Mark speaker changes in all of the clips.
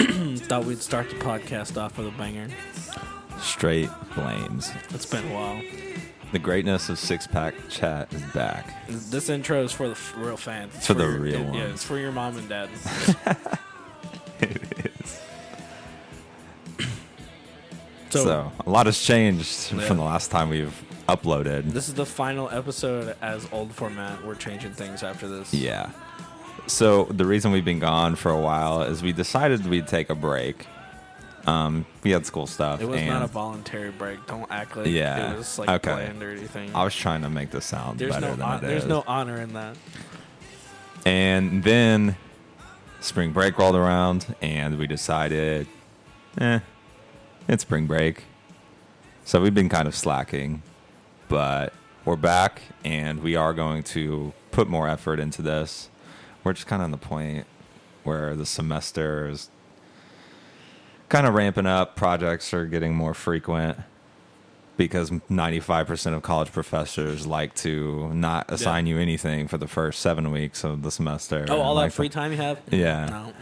Speaker 1: and thought we'd start the podcast off with a banger.
Speaker 2: Straight Flames.
Speaker 1: It's been a while.
Speaker 2: The greatness of six pack chat is back.
Speaker 1: This intro is for the f- real fans. It's
Speaker 2: For the
Speaker 1: your-
Speaker 2: real
Speaker 1: Yeah,
Speaker 2: ones.
Speaker 1: it's for your mom and dad.
Speaker 2: It is.
Speaker 1: So,
Speaker 2: So, a lot has changed
Speaker 1: Yeah.
Speaker 2: from the last time we've uploaded.
Speaker 1: this is the final episode as old format. We're changing things after this.
Speaker 2: yeah. So the reason we've been gone for a while is we decided we'd take a break. Um, we had school stuff.
Speaker 1: It was
Speaker 2: and
Speaker 1: not a voluntary break. Don't act like
Speaker 2: Yeah,
Speaker 1: it was like
Speaker 2: okay.
Speaker 1: planned or anything.
Speaker 2: I was trying to make this sound
Speaker 1: there's
Speaker 2: better
Speaker 1: no
Speaker 2: than
Speaker 1: hon-
Speaker 2: it is.
Speaker 1: there's no honor in that.
Speaker 2: And then spring break rolled around, and we decided, eh, it's spring break. So we've been kind of slacking, but we're back, and we are going to put more effort into this. We're just kind of on the point where the semester is kind of ramping up, projects are getting more frequent. Because 95% of college professors like to not assign you anything for the first seven weeks of the semester.
Speaker 1: Oh, all
Speaker 2: and like
Speaker 1: that free
Speaker 2: to-
Speaker 1: time you have?
Speaker 2: Yeah.
Speaker 1: No,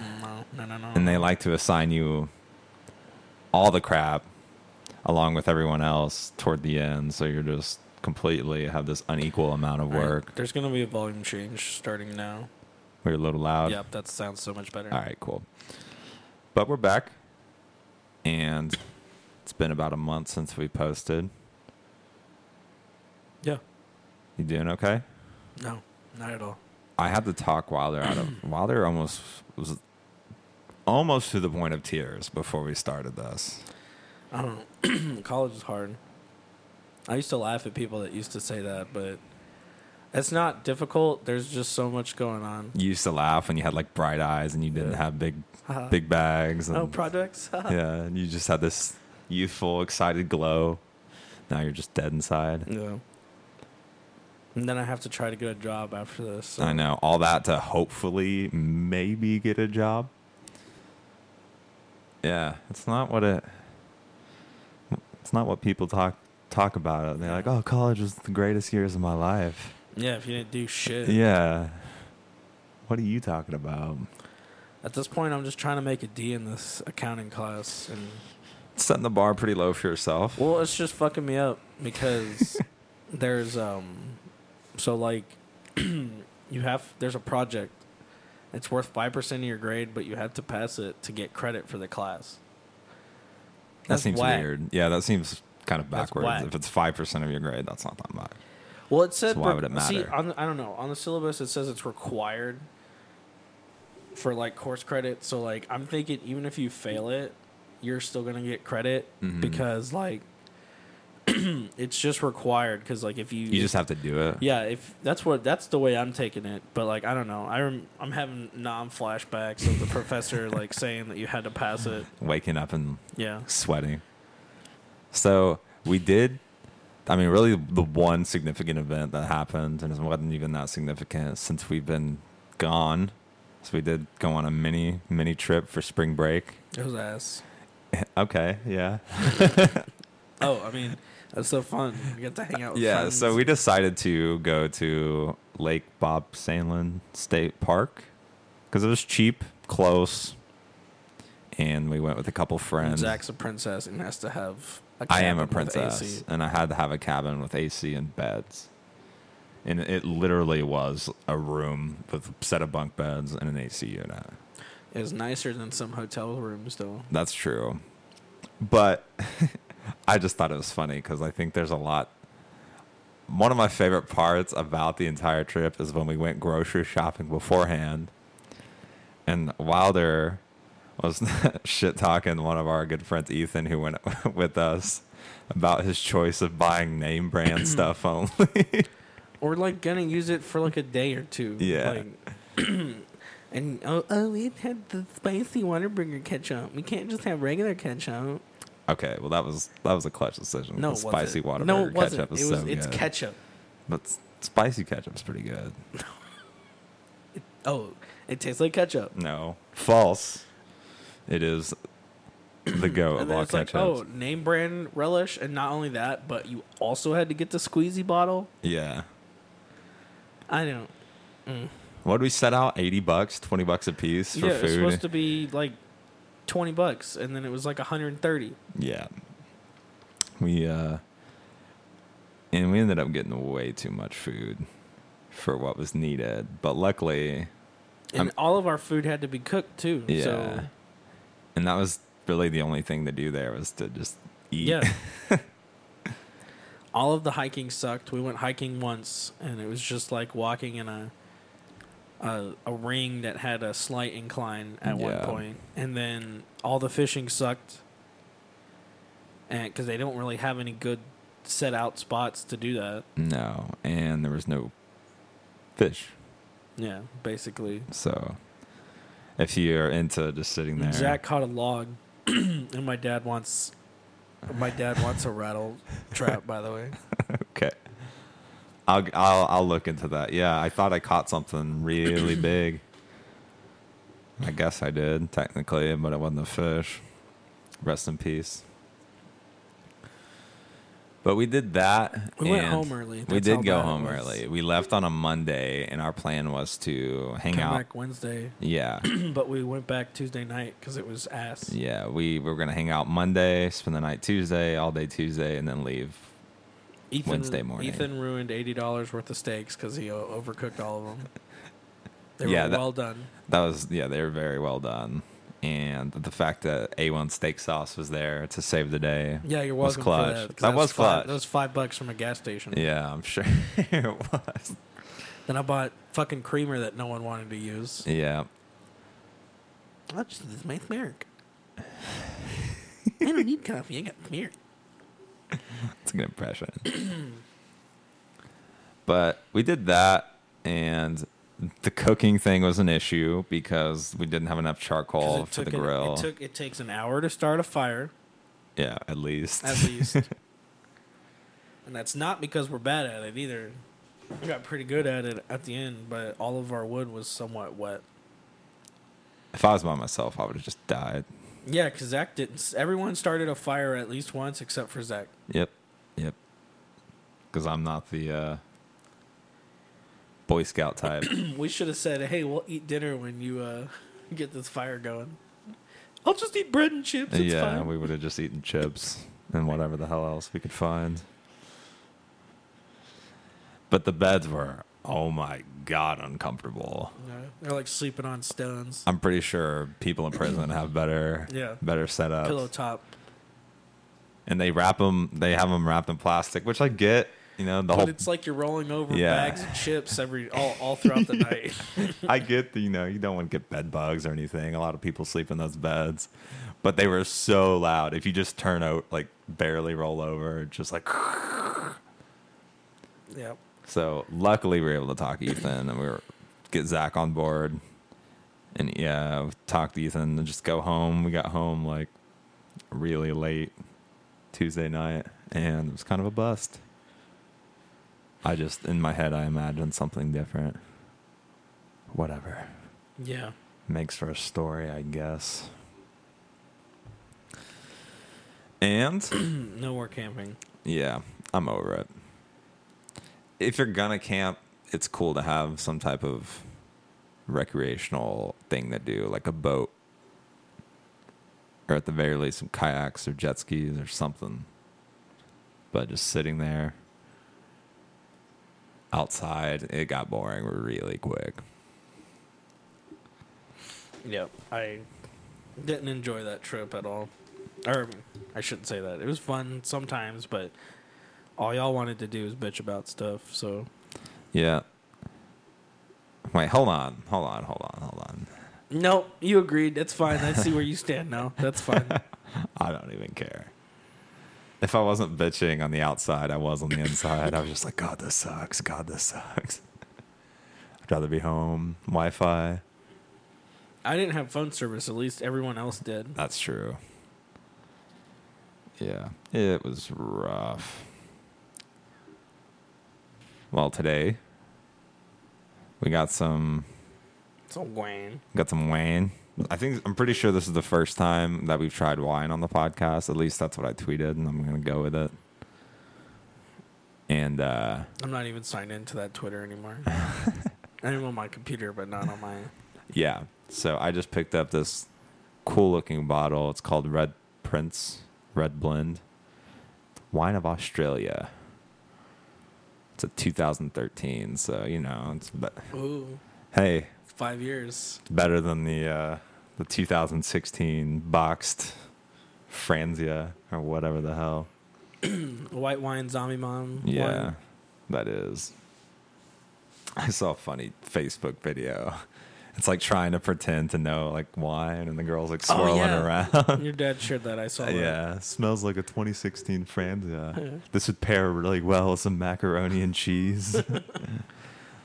Speaker 1: no, no, no, no.
Speaker 2: and they like to assign you all the crap along with everyone else toward the end so you're just completely have this unequal amount of
Speaker 1: All right,
Speaker 2: work
Speaker 1: There's gonna be a volume change starting now.
Speaker 2: we're a little loud
Speaker 1: Yep, that sounds so much better.
Speaker 2: all right cool but we're back and it's been about a month since we posted
Speaker 1: Yeah.
Speaker 2: you doing okay
Speaker 1: No, not at all.
Speaker 2: i had to talk wilder out of wilder almost was almost to the point of tears before we started this
Speaker 1: I don't know. College is hard. I used to laugh at people that used to say that, but it's not difficult. There's just so much going on.
Speaker 2: you used to laugh when you had like bright eyes and you didn't
Speaker 1: Yeah.
Speaker 2: have big
Speaker 1: Haha.
Speaker 2: big bags and
Speaker 1: no Oh, projects. Haha.
Speaker 2: yeah, and you just had this youthful, excited glow. Now you're just dead inside.
Speaker 1: yeah. And then I have to try to get a job after this. so-
Speaker 2: I know all that to hopefully maybe get a job. Yeah, it's not what it. It's not what people talk talk about. It. They're like, "Oh, college was the greatest years of my life."
Speaker 1: Yeah, if you didn't do shit.
Speaker 2: Yeah. What are you talking about?
Speaker 1: At this point, I'm just trying to make a D in this accounting class, and
Speaker 2: Setting the bar pretty low for yourself.
Speaker 1: well, it's just fucking me up because there's um, so like you have there's a project. It's worth five percent of your grade, but you have to pass it to get credit for the class.
Speaker 2: that
Speaker 1: that's
Speaker 2: seems
Speaker 1: whack.
Speaker 2: weird. Yeah, that seems kind of
Speaker 1: That's
Speaker 2: backwards.
Speaker 1: whack.
Speaker 2: If it's five percent of your grade, that's not that much.
Speaker 1: Well, it said
Speaker 2: So why
Speaker 1: re-
Speaker 2: would it
Speaker 1: See,
Speaker 2: matter?
Speaker 1: on, the- I don't know. On the syllabus, it says it's required for like course credit. So like, I'm thinking even if you fail it, you're still gonna get credit
Speaker 2: Mhm.
Speaker 1: because like, it's just required. Because like, if you
Speaker 2: You just have to do it.
Speaker 1: yeah, if that's what that's the way I'm taking it. But like, I don't know. I rem- I'm having non flashbacks of the professor like saying that you had to pass it.
Speaker 2: waking up and
Speaker 1: Yeah.
Speaker 2: sweating. So we did. I mean, really, the one significant event that happened, and it wasn't even that significant since we've been gone. So we did go on a mini mini trip for spring break.
Speaker 1: It was ass.
Speaker 2: okay, yeah,
Speaker 1: Oh, I mean, that's so fun. We got to hang out. With
Speaker 2: yeah.
Speaker 1: friends.
Speaker 2: So we decided to go to Lake Bob Sandlin State Park because it was cheap, close, and we went with a couple
Speaker 1: And
Speaker 2: friends.
Speaker 1: Zach's a princess and has to have. A
Speaker 2: I am
Speaker 1: cabin
Speaker 2: a
Speaker 1: with
Speaker 2: princess,
Speaker 1: AC.
Speaker 2: and I had to have a cabin with AC and beds. And it literally was a room with a set of bunk beds and an AC unit.
Speaker 1: It's nicer than some hotel rooms, though.
Speaker 2: That's true. But I just thought it was funny because I think there's a lot. One of my favorite parts about the entire trip is when we went grocery shopping beforehand, and Wilder was shit talking one of our good friends, Ethan, who went with us, about his choice of buying name brand stuff only.
Speaker 1: Or like gonna use it for like a day or two.
Speaker 2: Yeah.
Speaker 1: Like, and oh, oh, we had the spicy Whataburger ketchup. We can't just have regular ketchup.
Speaker 2: okay, well that was that was a clutch decision.
Speaker 1: No, it
Speaker 2: The spicy
Speaker 1: wasn't.
Speaker 2: water
Speaker 1: No, it wasn't.
Speaker 2: ketchup is
Speaker 1: it was,
Speaker 2: so
Speaker 1: it's
Speaker 2: good,
Speaker 1: ketchup.
Speaker 2: but s- spicy ketchup is pretty good.
Speaker 1: Oh, it tastes like ketchup.
Speaker 2: No. False. It is the go
Speaker 1: and
Speaker 2: of
Speaker 1: then
Speaker 2: all
Speaker 1: it's like,
Speaker 2: ketchup.
Speaker 1: oh, name brand relish, and not only that, but you also had to get the squeezy bottle.
Speaker 2: Yeah.
Speaker 1: I don't. mm.
Speaker 2: What did we set out? 80 bucks, 20 bucks a piece for
Speaker 1: yeah, it's
Speaker 2: food.
Speaker 1: supposed to be like twenty bucks, and then it was like hundred and thirty.
Speaker 2: Yeah. We uh and we ended up getting way too much food for what was needed. But luckily
Speaker 1: And
Speaker 2: I'm-
Speaker 1: all of our food had to be cooked too.
Speaker 2: yeah.
Speaker 1: So
Speaker 2: And that was really the only thing to do there was to just eat.
Speaker 1: yeah. all of the hiking sucked. We went hiking once, and it was just like walking in a a, a ring that had a slight incline at
Speaker 2: Yeah.
Speaker 1: one point, and then all the fishing sucked, and because they don't really have any good set out spots to do that.
Speaker 2: No. And there was no fish.
Speaker 1: Yeah, basically.
Speaker 2: So if you're into just sitting there
Speaker 1: Zach caught a log, and my dad wants. My dad wants a rattle trap. By the way,
Speaker 2: Okay. I'll, I'll I'll look into that. Yeah, I thought I caught something really big. I guess I did technically, but it wasn't a fish. Rest in peace. But we did that.
Speaker 1: we went
Speaker 2: and
Speaker 1: home early.
Speaker 2: We
Speaker 1: That's how
Speaker 2: did go
Speaker 1: bad it
Speaker 2: home
Speaker 1: was.
Speaker 2: early. We left on a Monday, and our plan was to hang
Speaker 1: Come
Speaker 2: out.
Speaker 1: back Wednesday,
Speaker 2: Yeah,
Speaker 1: but we went back Tuesday night because it was ass.
Speaker 2: yeah. We were gonna hang out Monday, spend the night Tuesday, all day Tuesday, and then leave.
Speaker 1: Ethan,
Speaker 2: Wednesday morning.
Speaker 1: Ethan ruined eighty dollars worth of steaks because he o- overcooked all of them. They were
Speaker 2: Yeah, that-
Speaker 1: well done.
Speaker 2: That was yeah, they were very well done. And the fact that A1 steak sauce was there to save the day.
Speaker 1: Yeah, you're
Speaker 2: was
Speaker 1: welcome
Speaker 2: clutch.
Speaker 1: for that. 'cause
Speaker 2: That was
Speaker 1: five-
Speaker 2: clutch.
Speaker 1: That was five bucks from a gas station.
Speaker 2: Yeah, I'm sure it was.
Speaker 1: Then I bought fucking creamer that no one wanted to use.
Speaker 2: Yeah.
Speaker 1: I just this makes milk. I don't need coffee. I got milk.
Speaker 2: It's a good impression. but we did that and the cooking thing was an issue because we didn't have enough
Speaker 1: 'Cause
Speaker 2: charcoal
Speaker 1: it
Speaker 2: for the
Speaker 1: took an-
Speaker 2: grill.
Speaker 1: it took it takes an hour to start a fire
Speaker 2: yeah, at least.
Speaker 1: at least, and that's not because we're bad at it either. We got pretty good at it at the end, but all of our wood was somewhat wet.
Speaker 2: if I was by myself, I would have just died.
Speaker 1: Yeah, because Zach didn't. Everyone started a fire at least once except for Zach.
Speaker 2: Yep. Yep. Because I'm not the uh, Boy Scout type.
Speaker 1: We should have said, "Hey, we'll eat dinner when you uh, get this fire going." I'll just eat bread and chips. It's
Speaker 2: yeah,
Speaker 1: fine.
Speaker 2: we would have just eaten chips and whatever the hell else we could find. But the beds were, oh my god, uncomfortable.
Speaker 1: No, they're like sleeping on stones,
Speaker 2: I'm pretty sure people in prison have better,
Speaker 1: Yeah.
Speaker 2: better setups,
Speaker 1: pillow top.
Speaker 2: and they wrap them. They have them wrapped in plastic, which I get. You know, the
Speaker 1: But
Speaker 2: whole
Speaker 1: it's like you're rolling over
Speaker 2: Yeah.
Speaker 1: bags of chips every all, all throughout the night.
Speaker 2: I get the, you know, you don't want to get bed bugs or anything. A lot of people sleep in those beds, but they were so loud. If you just turn out, like barely roll over, just like.
Speaker 1: yeah,
Speaker 2: So luckily, we were able to talk Ethan, and we were get Zach on board, and yeah, talk to Ethan, and just go home. We got home like really late Tuesday night, and it was kind of a bust. I just in my head, I imagined something different. Whatever
Speaker 1: yeah.
Speaker 2: makes for a story, I guess. And
Speaker 1: no more camping.
Speaker 2: yeah, I'm over it. If you're gonna camp, it's cool to have some type of recreational thing to do, like a boat, or at the very least, some kayaks or jet skis or something. But just sitting there outside, it got boring really quick.
Speaker 1: Yep, I didn't enjoy that trip at all. Or I shouldn't say that. It was fun sometimes, but all y'all wanted to do was bitch about stuff. So
Speaker 2: Yeah. Wait, hold on, hold on, hold on, hold on.
Speaker 1: no, you agreed. That's fine. I see where you stand now. That's fine.
Speaker 2: I don't even care. If I wasn't bitching on the outside, I was on the inside. I was just like, God, this sucks. God, this sucks. I'd rather be home. Wi Fi.
Speaker 1: I didn't have phone service. At least everyone else did.
Speaker 2: That's true. Yeah, it was rough. Well, today we got some
Speaker 1: So Wayne,
Speaker 2: got some wine. I think I'm pretty sure this is the first time that we've tried wine on the podcast. At least that's what I tweeted, and I'm gonna go with it. And uh,
Speaker 1: I'm not even signed into that Twitter anymore. I'm on my computer, but not on my.
Speaker 2: yeah, so I just picked up this cool looking bottle. It's called Red Prince, Red Blend, wine of Australia. It's a 2013, so you know it's. But
Speaker 1: Ooh,
Speaker 2: hey,
Speaker 1: five years.
Speaker 2: it's better than the uh, the 2016 boxed Franzia or whatever the hell.
Speaker 1: White wine, zombie mom. wine.
Speaker 2: Yeah, that is. I saw a funny Facebook video. It's like trying to pretend to know like wine, and the girl's like
Speaker 1: Oh,
Speaker 2: swirling
Speaker 1: yeah.
Speaker 2: around.
Speaker 1: Your dad shared that. I saw that.
Speaker 2: yeah, smells like a 2016 Franzia. this would pair really well with some macaroni and cheese.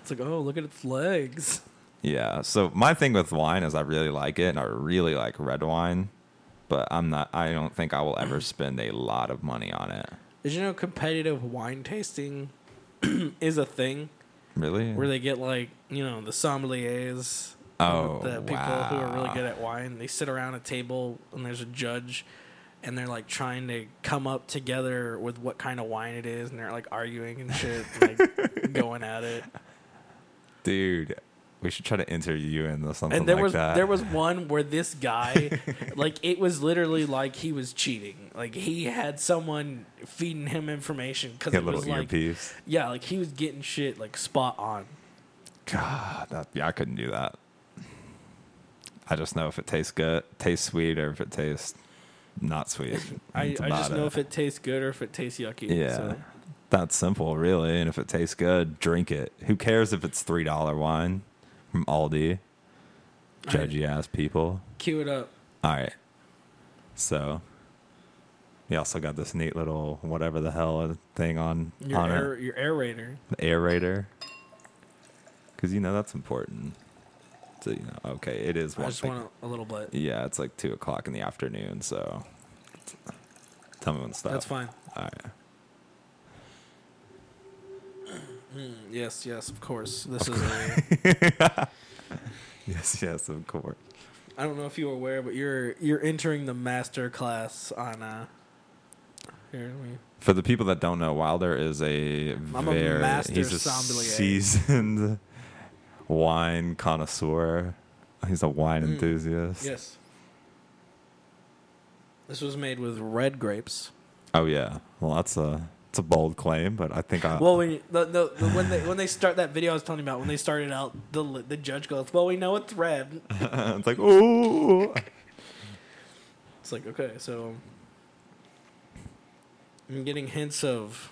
Speaker 1: It's like, oh, look at its legs.
Speaker 2: Yeah. So my thing with wine is I really like it and I really like red wine, but I'm not I don't think I will ever spend a lot of money on it.
Speaker 1: Did you know competitive wine tasting is a thing
Speaker 2: Really?
Speaker 1: where they get like, you know, the sommeliers,
Speaker 2: Oh,
Speaker 1: the people who are really
Speaker 2: wow.
Speaker 1: good at wine. They sit around a table and there's a judge and they're like trying to come up together with what kind of wine it is and they're like arguing and shit, and, like going at it.
Speaker 2: Dude, we should try to interview you in something
Speaker 1: and there
Speaker 2: like
Speaker 1: was
Speaker 2: that.
Speaker 1: there was one where this guy like it was literally like he was cheating like he had someone feeding him information because
Speaker 2: Get a
Speaker 1: it
Speaker 2: little
Speaker 1: was like
Speaker 2: earpiece.
Speaker 1: yeah like he was getting shit like spot on
Speaker 2: God, that, yeah, I couldn't do that. I just know if it tastes good, tastes sweet, or if it tastes not sweet.
Speaker 1: I,
Speaker 2: That's
Speaker 1: I
Speaker 2: about
Speaker 1: just know if it tastes good or if it tastes yucky
Speaker 2: Yeah.
Speaker 1: so.
Speaker 2: That's simple, really. And if it tastes good, drink it. Who cares if it's three dollar wine from Aldi? Judgy ass people.
Speaker 1: cue it up
Speaker 2: All right. So we also got this neat little whatever the hell thing on
Speaker 1: your
Speaker 2: on
Speaker 1: air,
Speaker 2: it,
Speaker 1: your aerator
Speaker 2: the aerator. Because you know that's important. So you know, okay, it is.
Speaker 1: I
Speaker 2: one-
Speaker 1: just want a, a little bit
Speaker 2: yeah, it's like two o'clock in the afternoon. So tell me when to stop. Ah,
Speaker 1: that's fine
Speaker 2: All right. Mm,
Speaker 1: yes yes of course this is a,
Speaker 2: Yes, yes, of course.
Speaker 1: I don't know if you were aware but you're you're entering the master class on uh here let me
Speaker 2: For the people that don't know, Wilder is a
Speaker 1: a
Speaker 2: very
Speaker 1: master
Speaker 2: he's a
Speaker 1: sommelier.
Speaker 2: seasoned wine connoisseur. He's a wine
Speaker 1: Mm.
Speaker 2: enthusiast.
Speaker 1: Yes. This was made with red grapes.
Speaker 2: Oh yeah. Well, that's a it's a bold claim, but I think I
Speaker 1: Well, when you, the, the, the, when they when they start that video I was telling you about when they started out, the li- the judge goes, "Well, we know it's red."
Speaker 2: it's like ooh.
Speaker 1: It's like okay, so I'm getting hints of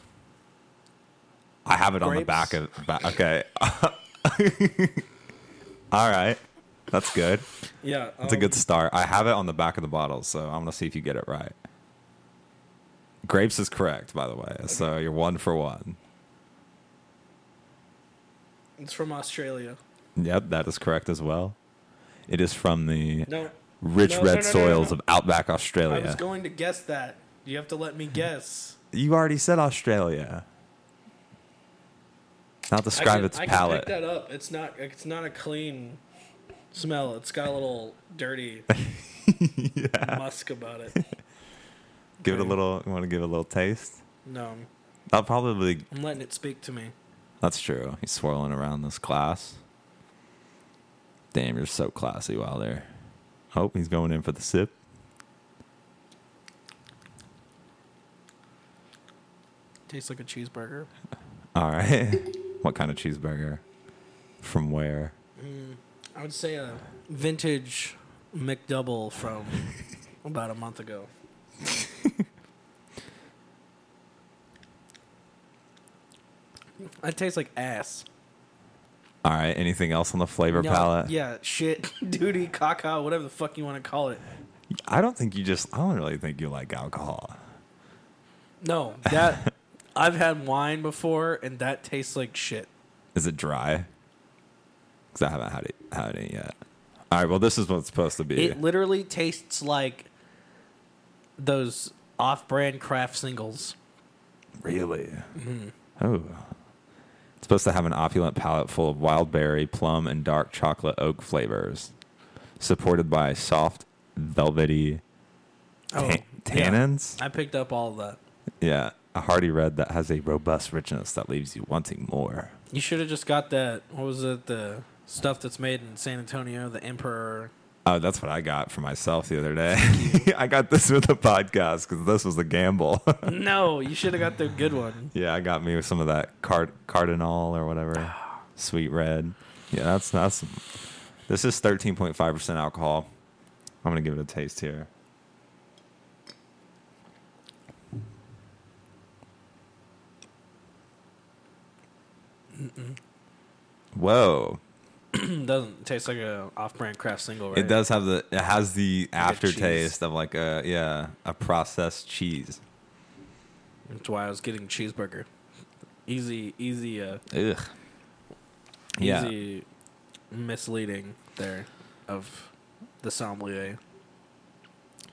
Speaker 2: I have it on the
Speaker 1: Grapes.
Speaker 2: back of back, okay. All right. That's good.
Speaker 1: yeah.
Speaker 2: That's a good start. I have it on the back of the bottle, so I'm gonna see if you get it right. Grapes is correct, by the way. So you're one for one.
Speaker 1: um, It's from Australia.
Speaker 2: Yep, that is correct as well. It is from the
Speaker 1: No,
Speaker 2: rich
Speaker 1: No, no,
Speaker 2: red
Speaker 1: no, no,
Speaker 2: soils
Speaker 1: no.
Speaker 2: of outback
Speaker 1: I was
Speaker 2: Australia.
Speaker 1: going to guess that. You have to let me guess.
Speaker 2: you already said Australia. Now describe
Speaker 1: I can,
Speaker 2: its
Speaker 1: I Can
Speaker 2: palate.
Speaker 1: pick that up. It's not. It's not a clean smell. It's got a little dirty musk about it.
Speaker 2: Give it a little. Want to give it a little taste?
Speaker 1: No, I'm-
Speaker 2: I'll probably.
Speaker 1: I'm letting it speak to me.
Speaker 2: That's true. He's swirling around this glass. Damn, you're so classy, Wilder. Oh, he's going in for the sip.
Speaker 1: Tastes like a cheeseburger.
Speaker 2: All right. what kind of cheeseburger? From where?
Speaker 1: I would say a vintage McDouble from about a month ago. That tastes like ass.
Speaker 2: All right. Anything else on the flavor
Speaker 1: No,
Speaker 2: palette?
Speaker 1: Yeah, shit, duty, caca, whatever the fuck you want to call it.
Speaker 2: I don't think you just. I don't really think you like alcohol.
Speaker 1: No, that I've had wine before, and that tastes like shit.
Speaker 2: Is it dry? Because I haven't had it had it yet. All right. Well, this is what it's supposed to be.
Speaker 1: It literally tastes like those off-brand craft singles.
Speaker 2: really? Oh. It's supposed to have an opulent palate full of wild berry, plum, and dark chocolate oak flavors, supported by soft, velvety
Speaker 1: Oh,
Speaker 2: ta- tannins.
Speaker 1: I picked up all of that.
Speaker 2: Yeah. a hearty red that has a robust richness that leaves you wanting more.
Speaker 1: You should have just got that. What was it? The stuff that's made in San Antonio, the Emperor
Speaker 2: Oh, that's what I got for myself the other day. I got this with the podcast because this was a gamble.
Speaker 1: No, you should have got the good one.
Speaker 2: yeah, I got me with some of that card cardinal or whatever, sweet red. Yeah, that's that's. This is thirteen point five percent alcohol. I'm gonna give it a taste here. Whoa.
Speaker 1: Doesn't taste like a off-brand craft single, right?
Speaker 2: It does have the it has the
Speaker 1: a
Speaker 2: aftertaste of like a yeah a processed cheese.
Speaker 1: That's why I was getting cheeseburger. Easy, easy, uh,
Speaker 2: Ugh. Yeah.
Speaker 1: easy misleading there of the sommelier.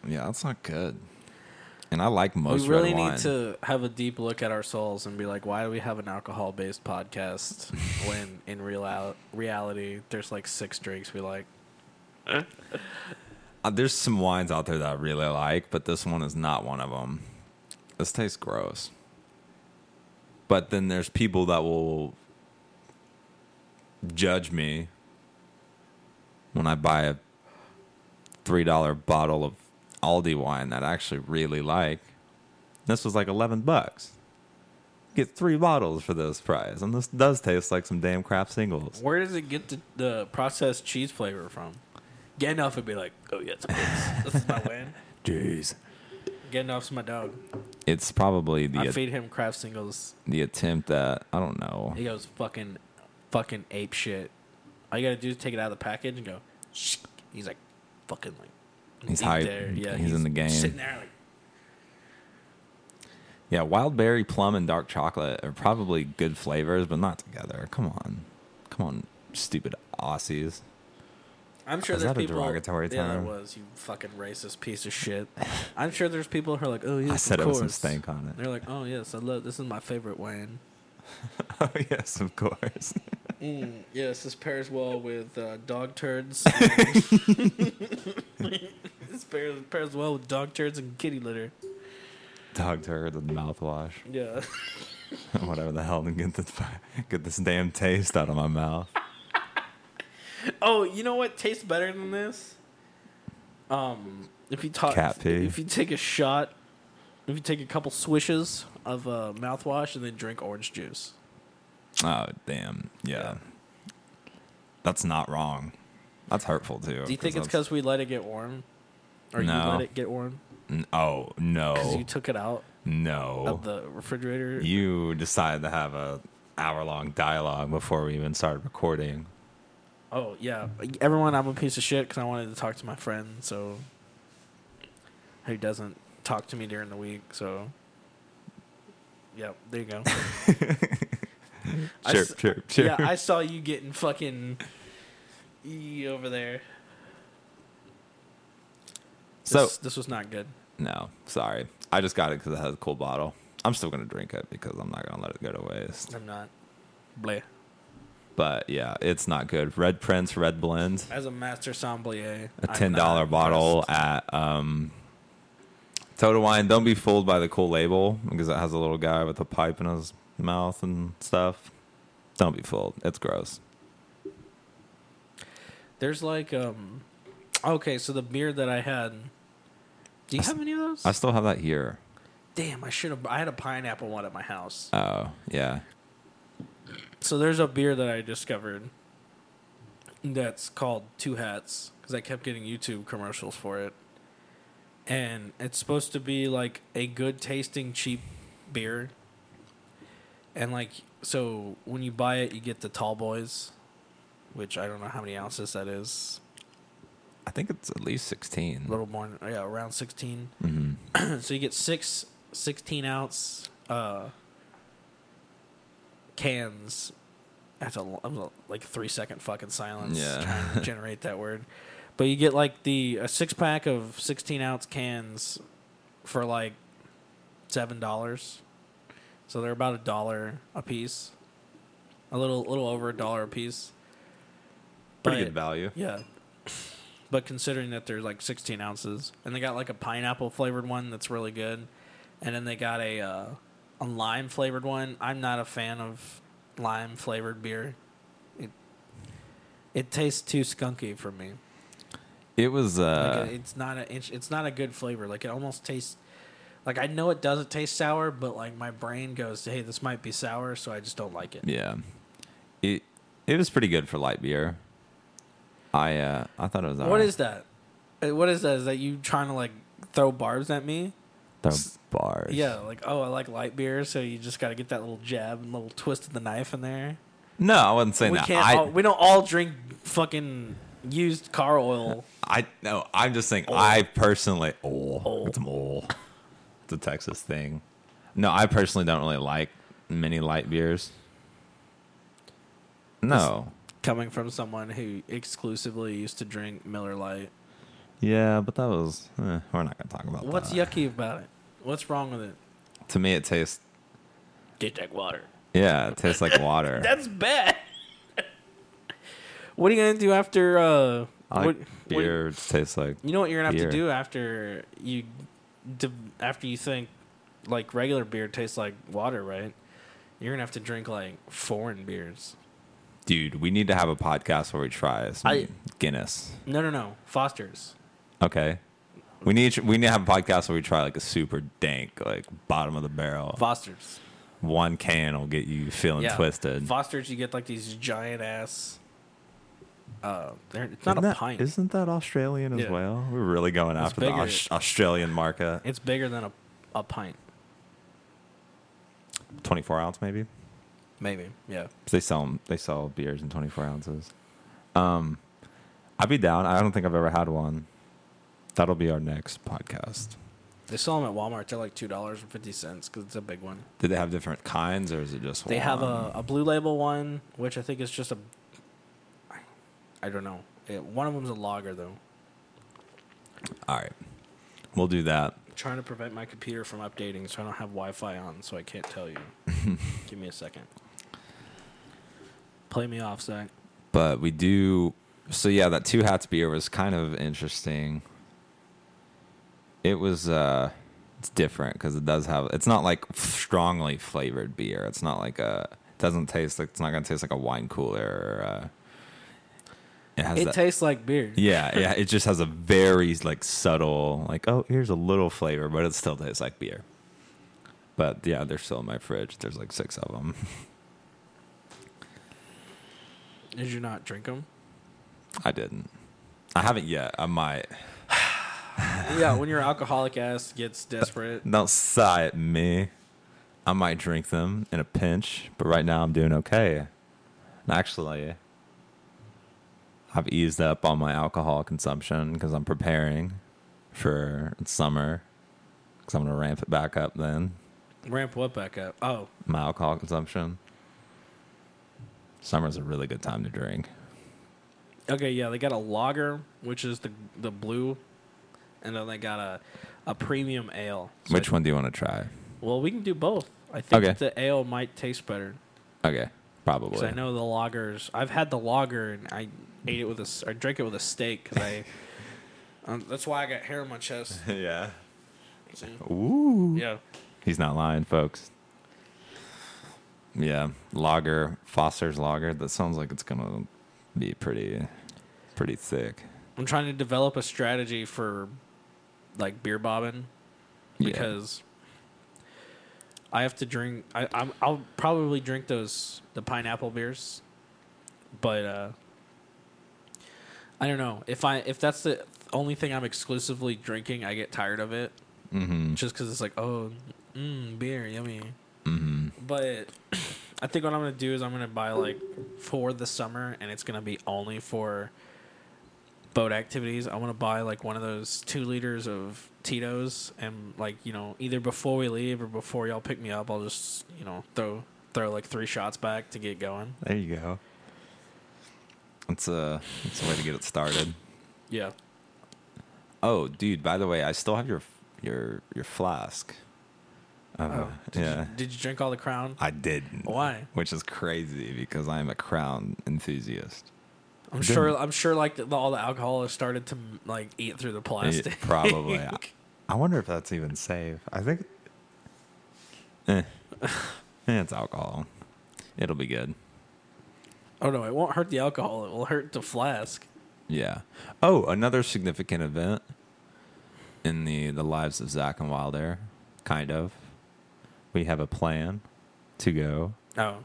Speaker 2: Yeah, that's not good. And I like most
Speaker 1: we really
Speaker 2: red wine.
Speaker 1: need to have a deep look at our souls and be like, why do we have an alcohol-based podcast when in real reality there's like six drinks we like?
Speaker 2: Uh, there's some wines out there that I really like, but this one is not one of them. This tastes gross. But then there's people that will judge me when I buy a $3 bottle of Aldi wine that I actually really like. This was like 11 bucks. Get three bottles for this price. And this does taste like some damn crap singles.
Speaker 1: Where does it get the, the processed cheese flavor from? Gandalf would be like, oh yeah, it's this. this is my win.
Speaker 2: Jeez.
Speaker 1: Gandalf's my dog.
Speaker 2: It's probably
Speaker 1: I
Speaker 2: the
Speaker 1: feed him craft singles.
Speaker 2: the attempt that I don't know.
Speaker 1: He goes fucking, fucking ape shit. All you gotta do is take it out of the package and go. "Shh." He's like, fucking like.
Speaker 2: He's
Speaker 1: deep
Speaker 2: hype.
Speaker 1: there. Yeah,
Speaker 2: He's in the game.
Speaker 1: Sitting there like,
Speaker 2: Yeah, wild berry, plum, and dark chocolate are probably good flavors, but not together. Come on, come on, stupid Aussies.
Speaker 1: I'm sure
Speaker 2: Is
Speaker 1: there's
Speaker 2: that a
Speaker 1: people.
Speaker 2: derogatory
Speaker 1: yeah, there
Speaker 2: term?
Speaker 1: was you fucking racist piece of shit. I'm sure there's people who are like, oh yes,
Speaker 2: I said
Speaker 1: of
Speaker 2: it
Speaker 1: course.
Speaker 2: was some stank on it.
Speaker 1: They're like, oh yes, I love this is my favorite wine.
Speaker 2: oh yes, of course.
Speaker 1: Mm, yes, this pairs well with uh, dog turds. this pairs, pairs well with dog turds and kitty litter.
Speaker 2: Dog turd and mouthwash,
Speaker 1: Yeah.
Speaker 2: whatever the hell, and get this get this damn taste out of my mouth.
Speaker 1: Oh, you know what tastes better than this? Um, if you talk,
Speaker 2: Cat pee.
Speaker 1: if you take a shot, if you take a couple swishes of uh, mouthwash and then drink orange juice.
Speaker 2: Oh damn, yeah. That's not wrong. That's hurtful too.
Speaker 1: Do you think it's
Speaker 2: that's-
Speaker 1: because we let it get warm, or you
Speaker 2: Oh, No.
Speaker 1: let it get warm
Speaker 2: N- Oh
Speaker 1: because
Speaker 2: no,
Speaker 1: you took it out
Speaker 2: no.
Speaker 1: of the refrigerator?
Speaker 2: You decided to have a hour long dialogue before we even started recording.
Speaker 1: Oh yeah, everyone. I'm a piece of shit because I wanted to talk to my friend. So who doesn't talk to me during the week? So yeah, there you go. I
Speaker 2: Chirp,
Speaker 1: s-
Speaker 2: chirp, chirp.
Speaker 1: Yeah, I saw you getting fucking e over there.
Speaker 2: so
Speaker 1: this, this was not good.
Speaker 2: no, sorry. I just got it because it has a cool bottle. I'm still gonna drink it because I'm not gonna let it go to waste.
Speaker 1: I'm not. Bleh.
Speaker 2: But yeah, it's not good. Red Prince, Red Blend,
Speaker 1: As a master sommelier,
Speaker 2: a
Speaker 1: I'm
Speaker 2: ten dollar
Speaker 1: not
Speaker 2: bottle
Speaker 1: impressed.
Speaker 2: at um, Total Wine. Don't be fooled by the cool label because it has a little guy with a pipe in his mouth and stuff. Don't be fooled. It's gross.
Speaker 1: There's like um, okay, so the beer that I had. Do you
Speaker 2: I s-
Speaker 1: have any of those?
Speaker 2: I still have that here.
Speaker 1: Damn, I should have. I had a pineapple one at my house.
Speaker 2: Oh yeah,
Speaker 1: So there's a beer that I discovered that's called Two Hats because I kept getting YouTube commercials for it. And it's supposed to be like a good tasting cheap beer. And like so when you buy it you get the tall boys, which I don't know how many ounces that is.
Speaker 2: I think it's at least sixteen.
Speaker 1: A little more yeah, around 16
Speaker 2: Mhm.
Speaker 1: so you get six 16 ounce uh, cans. That's a, lo- that was a like three second fucking silence
Speaker 2: Yeah.
Speaker 1: trying to generate that word. But you get like the a six pack of 16 ounce cans for like seven dollars. So they're about a dollar a piece, a little little over a dollar a piece.
Speaker 2: Pretty
Speaker 1: But-
Speaker 2: good value.
Speaker 1: yeah. But considering that they're like 16 ounces, and they got like a pineapple flavored one that's really good, and then they got a uh, a lime flavored one. I'm not a fan of lime flavored beer. It it tastes too skunky for me.
Speaker 2: It was uh
Speaker 1: Like, it's not a it's, it's not a good flavor. Like it almost tastes like I know it doesn't taste sour, but like my brain goes, "Hey, this might be sour," so I just don't like it.
Speaker 2: yeah. It it was pretty good for light beer. I uh I thought it was
Speaker 1: What
Speaker 2: alright.
Speaker 1: is that? Uh, What is that? Is that you trying to like throw barbs at me?
Speaker 2: the bars?
Speaker 1: Yeah, like oh, I like light beer, so you just got to get that little jab and little twist of the knife in there.
Speaker 2: No, I wasn't saying
Speaker 1: we
Speaker 2: that.
Speaker 1: can't.
Speaker 2: I
Speaker 1: all, we don't all drink fucking used car oil.
Speaker 2: I no, I'm just saying. I personally, oh, it's mole. It's a Texas thing. No, I personally don't really like many light beers. No.
Speaker 1: Coming from someone who exclusively used to drink Miller Lite,
Speaker 2: Yeah, but that was. eh, we're not gonna talk about
Speaker 1: what's
Speaker 2: that.
Speaker 1: yucky about it? What's wrong with it?
Speaker 2: To me, it tastes.
Speaker 1: Get that water.
Speaker 2: Yeah, it tastes like water.
Speaker 1: That's bad. what are you gonna do after? Uh,
Speaker 2: I
Speaker 1: what,
Speaker 2: like
Speaker 1: what-
Speaker 2: beer it tastes like.
Speaker 1: you know what you're gonna have
Speaker 2: beer.
Speaker 1: to do after you, de- after you think, like regular beer tastes like water, right? You're gonna have to drink like foreign beers.
Speaker 2: Dude, we need to have a podcast where we try some
Speaker 1: I-
Speaker 2: Guinness.
Speaker 1: No, no, no. Fosters.
Speaker 2: Okay. We need we need to have a podcast where we try like a super dank like bottom of the barrel.
Speaker 1: Fosters.
Speaker 2: One can will get you feeling twisted.
Speaker 1: Fosters, you get like these giant ass. Uh, they're, it's not
Speaker 2: isn't
Speaker 1: a
Speaker 2: that,
Speaker 1: pint.
Speaker 2: Isn't that Australian as
Speaker 1: Yeah.
Speaker 2: well? We're really going after the
Speaker 1: bigger.
Speaker 2: Aus- Australian market.
Speaker 1: It's bigger than a, a pint.
Speaker 2: 24 ounce, maybe.
Speaker 1: Maybe. Yeah.
Speaker 2: They sell 'em- They sell beers in 24 ounces. Um, I'd be down. I don't think I've ever had one. That'll be our next podcast.
Speaker 1: They sell them at Walmart. They're like two dollars and fifty cents because it's a big one.
Speaker 2: Did they have different kinds, or is it just
Speaker 1: They have
Speaker 2: one?
Speaker 1: a, a blue label one, which I think is just a. I don't know. It, one of them's a lager though.
Speaker 2: All right, we'll do that.
Speaker 1: I'm trying to prevent my computer from updating, so I don't have Wi-Fi on, so I can't tell you. Give me a second. Play me off, Zach.
Speaker 2: But we do. So yeah, that two hats beer was kind of interesting. It was. uh It's different because it does have. It's not like strongly flavored beer. It's not like a. It doesn't taste like. It's not gonna taste like a wine cooler. Or, uh, it has
Speaker 1: It
Speaker 2: that.
Speaker 1: tastes like beer.
Speaker 2: yeah, yeah. It just has a very like subtle, like oh, here's a little flavor, but it still tastes like beer. But yeah, they're still in my fridge. There's like six of them.
Speaker 1: Did you not drink them?
Speaker 2: I didn't. I haven't yet. I might.
Speaker 1: yeah, when your alcoholic ass gets desperate.
Speaker 2: Don't sigh at me. I might drink them in a pinch, but right now I'm doing okay. And actually, I've eased up on my alcohol consumption because I'm preparing for summer. Because I'm going to ramp it back up then,
Speaker 1: Ramp what back up? Oh,
Speaker 2: my alcohol consumption. Summer's a really good time to drink.
Speaker 1: okay, yeah, they got a lager, which is the the blue, and then they got a a premium ale. So
Speaker 2: Which one do you want to try?
Speaker 1: Well, we can do both. I think
Speaker 2: Okay.
Speaker 1: the ale might taste better
Speaker 2: Okay, probably.
Speaker 1: because I know the lagers. I've had the lager and I ate it with a s- or drank it with a steak because I. um, that's why I got hair on my chest.
Speaker 2: yeah.
Speaker 1: See?
Speaker 2: Ooh.
Speaker 1: Yeah,
Speaker 2: He's not lying, folks. Yeah, lager, Foster's lager. That sounds like it's gonna be pretty, pretty thick.
Speaker 1: I'm trying to develop a strategy for like beer bobbing
Speaker 2: Yeah.
Speaker 1: because I have to drink. I, I'm, I'll probably drink those the pineapple beers, but uh, I don't know if I if that's the only thing I'm exclusively drinking. I get tired of it
Speaker 2: Mhm.
Speaker 1: just because it's like oh, mm, beer, yummy.
Speaker 2: Mm-hmm.
Speaker 1: But I think what I'm gonna do is I'm gonna buy like for the summer, and it's gonna be only for boat activities. I want to buy like one of those two liters of Tito's, and like you know, either before we leave or before y'all pick me up, I'll just you know throw throw like three shots back to get going.
Speaker 2: There you go. It's a it's a way to get it started.
Speaker 1: Yeah,
Speaker 2: Oh, dude! By the way, I still have your your your flask. Oh,
Speaker 1: did
Speaker 2: yeah.
Speaker 1: You, did you drink all the Crown?
Speaker 2: I didn't.
Speaker 1: Why?
Speaker 2: Which is crazy because I am a crown enthusiast.
Speaker 1: I'm
Speaker 2: didn't.
Speaker 1: sure. I'm sure. Like the, all the alcohol has started to like eat through the
Speaker 2: It-
Speaker 1: plastic.
Speaker 2: probably. I, I wonder if that's even safe. I think. Eh. Eh, it's alcohol. It'll be good.
Speaker 1: oh no, it won't hurt the alcohol. It will hurt the flask.
Speaker 2: Yeah. Oh, another significant event in the the lives of Zach and Wilder, kind of. We have a plan to go
Speaker 1: Oh,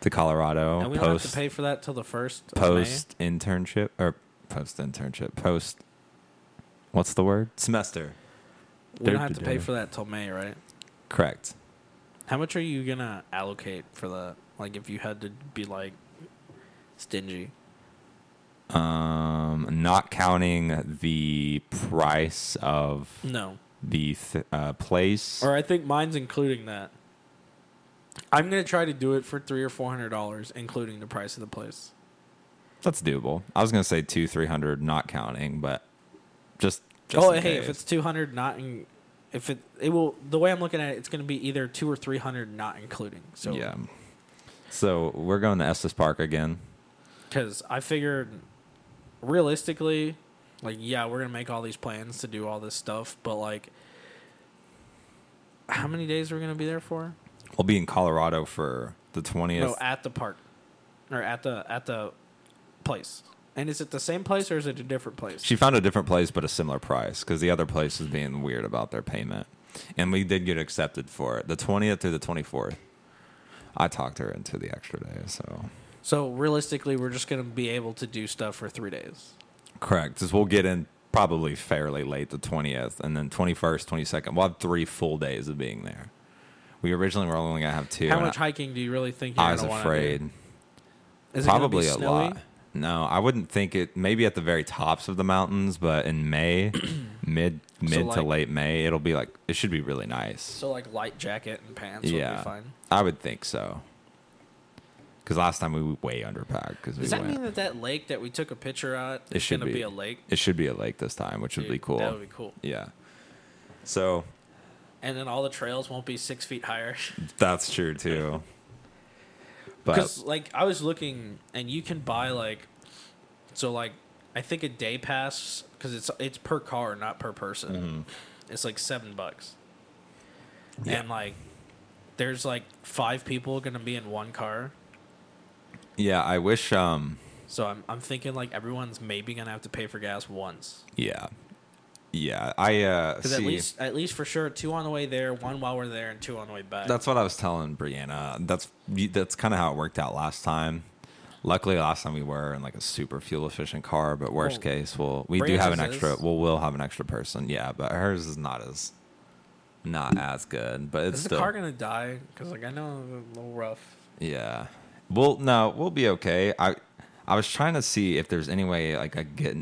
Speaker 2: to Colorado
Speaker 1: and we don't have to
Speaker 2: Oh, post
Speaker 1: pay for that till the first of May?
Speaker 2: post internship or post internship post. What's the word? Semester.
Speaker 1: We don't have to pay
Speaker 2: Doo-doo-doo.
Speaker 1: for that till May, right?
Speaker 2: Correct.
Speaker 1: How much are you gonna allocate for that? Like, if you had to be like stingy,
Speaker 2: Um, not counting the price of
Speaker 1: no.
Speaker 2: the th- uh, place.
Speaker 1: Or I think mine's including that. I'm gonna try to do it for three or four hundred dollars, including the price of the place.
Speaker 2: That's doable. I was gonna say two, three hundred, not counting, but just. just
Speaker 1: oh,
Speaker 2: in
Speaker 1: hey,
Speaker 2: case.
Speaker 1: if it's two hundred, not in, if it it will the way I'm looking at it, it's gonna be either two or three hundred, not including. So
Speaker 2: yeah. So we're going to Estes Park again.
Speaker 1: Because I figured, realistically, like, yeah, we're gonna make all these plans to do all this stuff, but like, how many days are we gonna be there for?
Speaker 2: We'll be in Colorado for the twentieth.
Speaker 1: No, at the park, or at the at the place. And is it the same place or is it a different place?
Speaker 2: she found a different place, but a similar price because the other place was being weird about their payment, and we did get accepted for it. The twentieth through the twenty fourth. I talked her into the extra day, so
Speaker 1: so realistically, we're just gonna be able to do stuff for three days.
Speaker 2: correct. Because we'll get in probably fairly late, the twentieth, and then twenty first, twenty second. We'll have three full days of being there. We originally were only gonna have two.
Speaker 1: how
Speaker 2: and
Speaker 1: much
Speaker 2: I-
Speaker 1: hiking do you really think? You're
Speaker 2: I was
Speaker 1: gonna wanna
Speaker 2: afraid.
Speaker 1: Do? Is it gonna be
Speaker 2: Probably a
Speaker 1: snowy?
Speaker 2: lot. No, I wouldn't think it. Maybe at the very tops of the mountains, but in May, mid mid to
Speaker 1: like-
Speaker 2: late May, it'll be like it should be really nice.
Speaker 1: So like light jacket and pants would
Speaker 2: yeah,
Speaker 1: be fine.
Speaker 2: I would think so. Because last time we were way underpacked because we
Speaker 1: Does that
Speaker 2: went.
Speaker 1: mean that that lake that we took a picture at
Speaker 2: It
Speaker 1: is
Speaker 2: should
Speaker 1: gonna
Speaker 2: be.
Speaker 1: be a lake?
Speaker 2: it should be a lake this time, which would be
Speaker 1: Dude,
Speaker 2: cool.
Speaker 1: That would be cool.
Speaker 2: yeah. So
Speaker 1: And then all the trails won't be six feet higher.
Speaker 2: that's true too. But
Speaker 1: Because like I was looking, and you can buy like, so like I think a day pass because it's it's per car, not per person. It's like seven bucks.
Speaker 2: Mm-hmm. Yeah.
Speaker 1: And like, there's like five people gonna be in one car,
Speaker 2: yeah, I wish. Um,
Speaker 1: so I'm I'm thinking like everyone's maybe gonna have to pay for gas once.
Speaker 2: yeah, yeah. I uh,
Speaker 1: Because at
Speaker 2: see.
Speaker 1: least at least for sure, two on the way there, one while we're there, and two on the way back.
Speaker 2: That's what I was telling Brianna. That's that's kind of how it worked out last time. Luckily, last time we were in like a super fuel efficient car, but worst
Speaker 1: Well,
Speaker 2: case, we'll we do have an
Speaker 1: Brianna's
Speaker 2: extra.
Speaker 1: is-
Speaker 2: Well, we'll have an extra person. Yeah, but hers is not as not as good. But it's
Speaker 1: is the
Speaker 2: still
Speaker 1: car gonna die? Because like I know it's a little rough.
Speaker 2: yeah. Well, no, we'll be okay. I I was trying to see if there's any way like I could get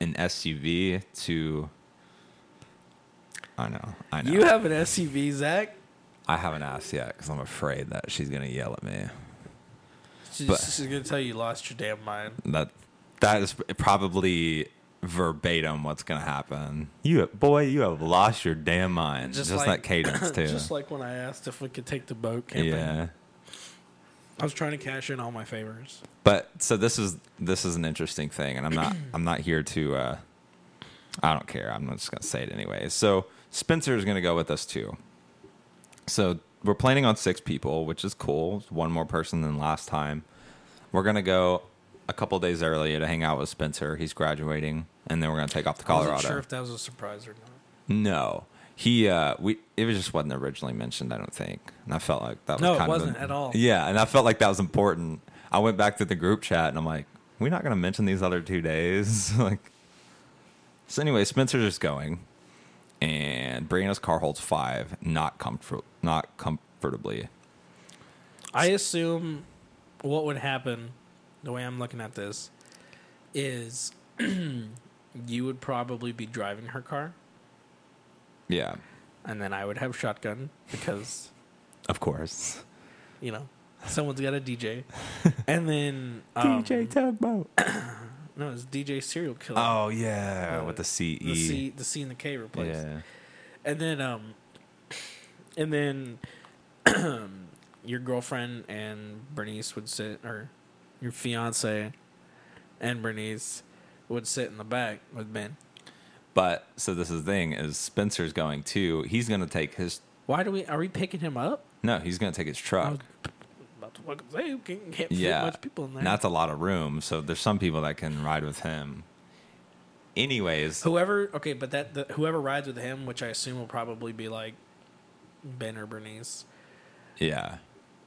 Speaker 2: an SUV to. I know. I know.
Speaker 1: You have an SUV, Zach.
Speaker 2: I haven't asked yet because I'm afraid that she's gonna yell at me.
Speaker 1: She's,
Speaker 2: But-
Speaker 1: she's gonna tell you you lost your damn mind.
Speaker 2: That that is probably verbatim what's gonna happen. You boy, you have lost your damn mind. Just, that cadence too.
Speaker 1: just like when I asked if we could take the boat camping.
Speaker 2: yeah.
Speaker 1: I was trying to cash in all my favors.
Speaker 2: But so this is this is an interesting thing, and I'm not I'm not here to. Uh, I don't care. I'm just gonna say it anyway. So Spencer is gonna go with us too. So we're planning on six people, which is cool. It's One more person than last time. We're gonna go a couple days early to hang out with Spencer. He's graduating, and then we're gonna take off to Colorado.
Speaker 1: I wasn't sure if that was a surprise or not.
Speaker 2: No, he uh, we it was just wasn't originally mentioned. I don't think, and I felt like that was
Speaker 1: No, it
Speaker 2: kind
Speaker 1: wasn't
Speaker 2: of
Speaker 1: at all.
Speaker 2: Yeah, and I felt like that was important. I went back to the group chat and I'm like, we're not gonna mention these other two days. like, so anyway, Spencer's just going, and Brianna's car holds five, not comfort, not comfortably.
Speaker 1: I assume what would happen, the way I'm looking at this, is you would probably be driving her car,
Speaker 2: Yeah,
Speaker 1: and then I would have shotgun because
Speaker 2: of course.
Speaker 1: you know someone's got a DJ, and then um,
Speaker 2: Tugboat.
Speaker 1: No, it's DJ Serial Killer.
Speaker 2: Oh yeah,
Speaker 1: Uh,
Speaker 2: with the CE.
Speaker 1: the C, the C and the K replaced.
Speaker 2: yeah.
Speaker 1: And then um and then your girlfriend and Bernice would sit or your fiance and Bernice would sit in the back with Ben.
Speaker 2: But so this is the thing is Spencer's going too. He's gonna take his
Speaker 1: Why do we are we picking him up?
Speaker 2: No, he's gonna take his truck.
Speaker 1: About what the fuck is that? You can get
Speaker 2: Yeah.
Speaker 1: much people in there.
Speaker 2: And that's a lot of room. So there's some people that can ride with him. Anyways,
Speaker 1: whoever. Okay, but that the, whoever rides with him, which I assume will probably be like Ben or Bernice.
Speaker 2: yeah.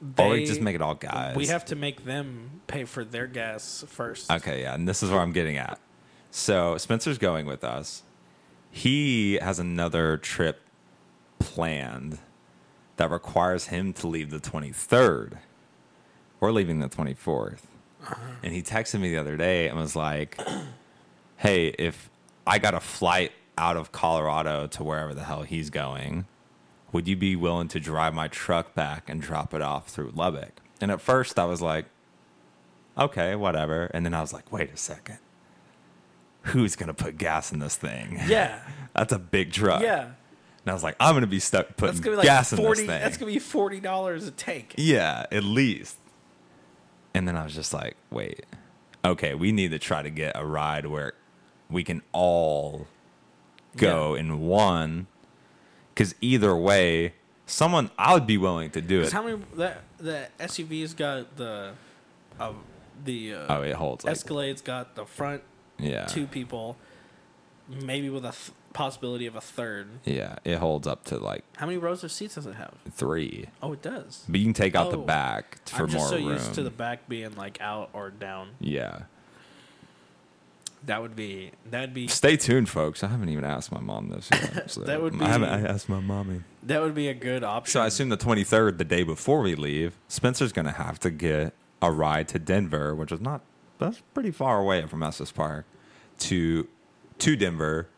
Speaker 1: They,
Speaker 2: Or we just make it all guys.
Speaker 1: We have to make them pay for their gas first.
Speaker 2: Okay, yeah, and this is where I'm getting at. So Spencer's going with us. He has another trip planned that requires him to leave the 23rd. We're leaving the 24th. And he texted me the other day and was like, hey, if I got a flight out of Colorado to wherever the hell he's going, would you be willing to drive my truck back and drop it off through Lubbock? And at first I was like, okay, whatever. And then I was like, wait a second. Who's going to put gas in this thing?
Speaker 1: Yeah.
Speaker 2: That's a big truck.
Speaker 1: Yeah.
Speaker 2: And I was like, I'm going to be stuck putting
Speaker 1: That's gonna be like
Speaker 2: Uh, gas in this
Speaker 1: forty.
Speaker 2: thing.
Speaker 1: That's gonna be forty dollars a tank.
Speaker 2: Yeah, at least. And then I was just like, wait, okay, we need to try to get a ride where we can all go in one. Because either way, someone, I would be willing to do
Speaker 1: 'Cause
Speaker 2: it.
Speaker 1: How many that the SUV's got the, uh, the uh,
Speaker 2: oh, it holds. Like,
Speaker 1: Escalade's got the front
Speaker 2: yeah.
Speaker 1: two people, maybe with a th- possibility of a third.
Speaker 2: Yeah, it holds up to like
Speaker 1: How many rows of seats does it have?
Speaker 2: three.
Speaker 1: Oh, it does.
Speaker 2: But you can take out the
Speaker 1: Oh.
Speaker 2: back for
Speaker 1: I'm just
Speaker 2: more
Speaker 1: so
Speaker 2: room.
Speaker 1: used to the back being like out or down.
Speaker 2: yeah.
Speaker 1: That would be that would be
Speaker 2: Stay tuned, folks. I haven't even asked my mom this yet. so
Speaker 1: That would
Speaker 2: I haven't
Speaker 1: be-
Speaker 2: I asked my mommy.
Speaker 1: that would be a good option.
Speaker 2: So I assume the 23rd, the day before we leave, Spencer's going to have to get a ride to Denver, which is not that's pretty far away from Estes Park, to to Denver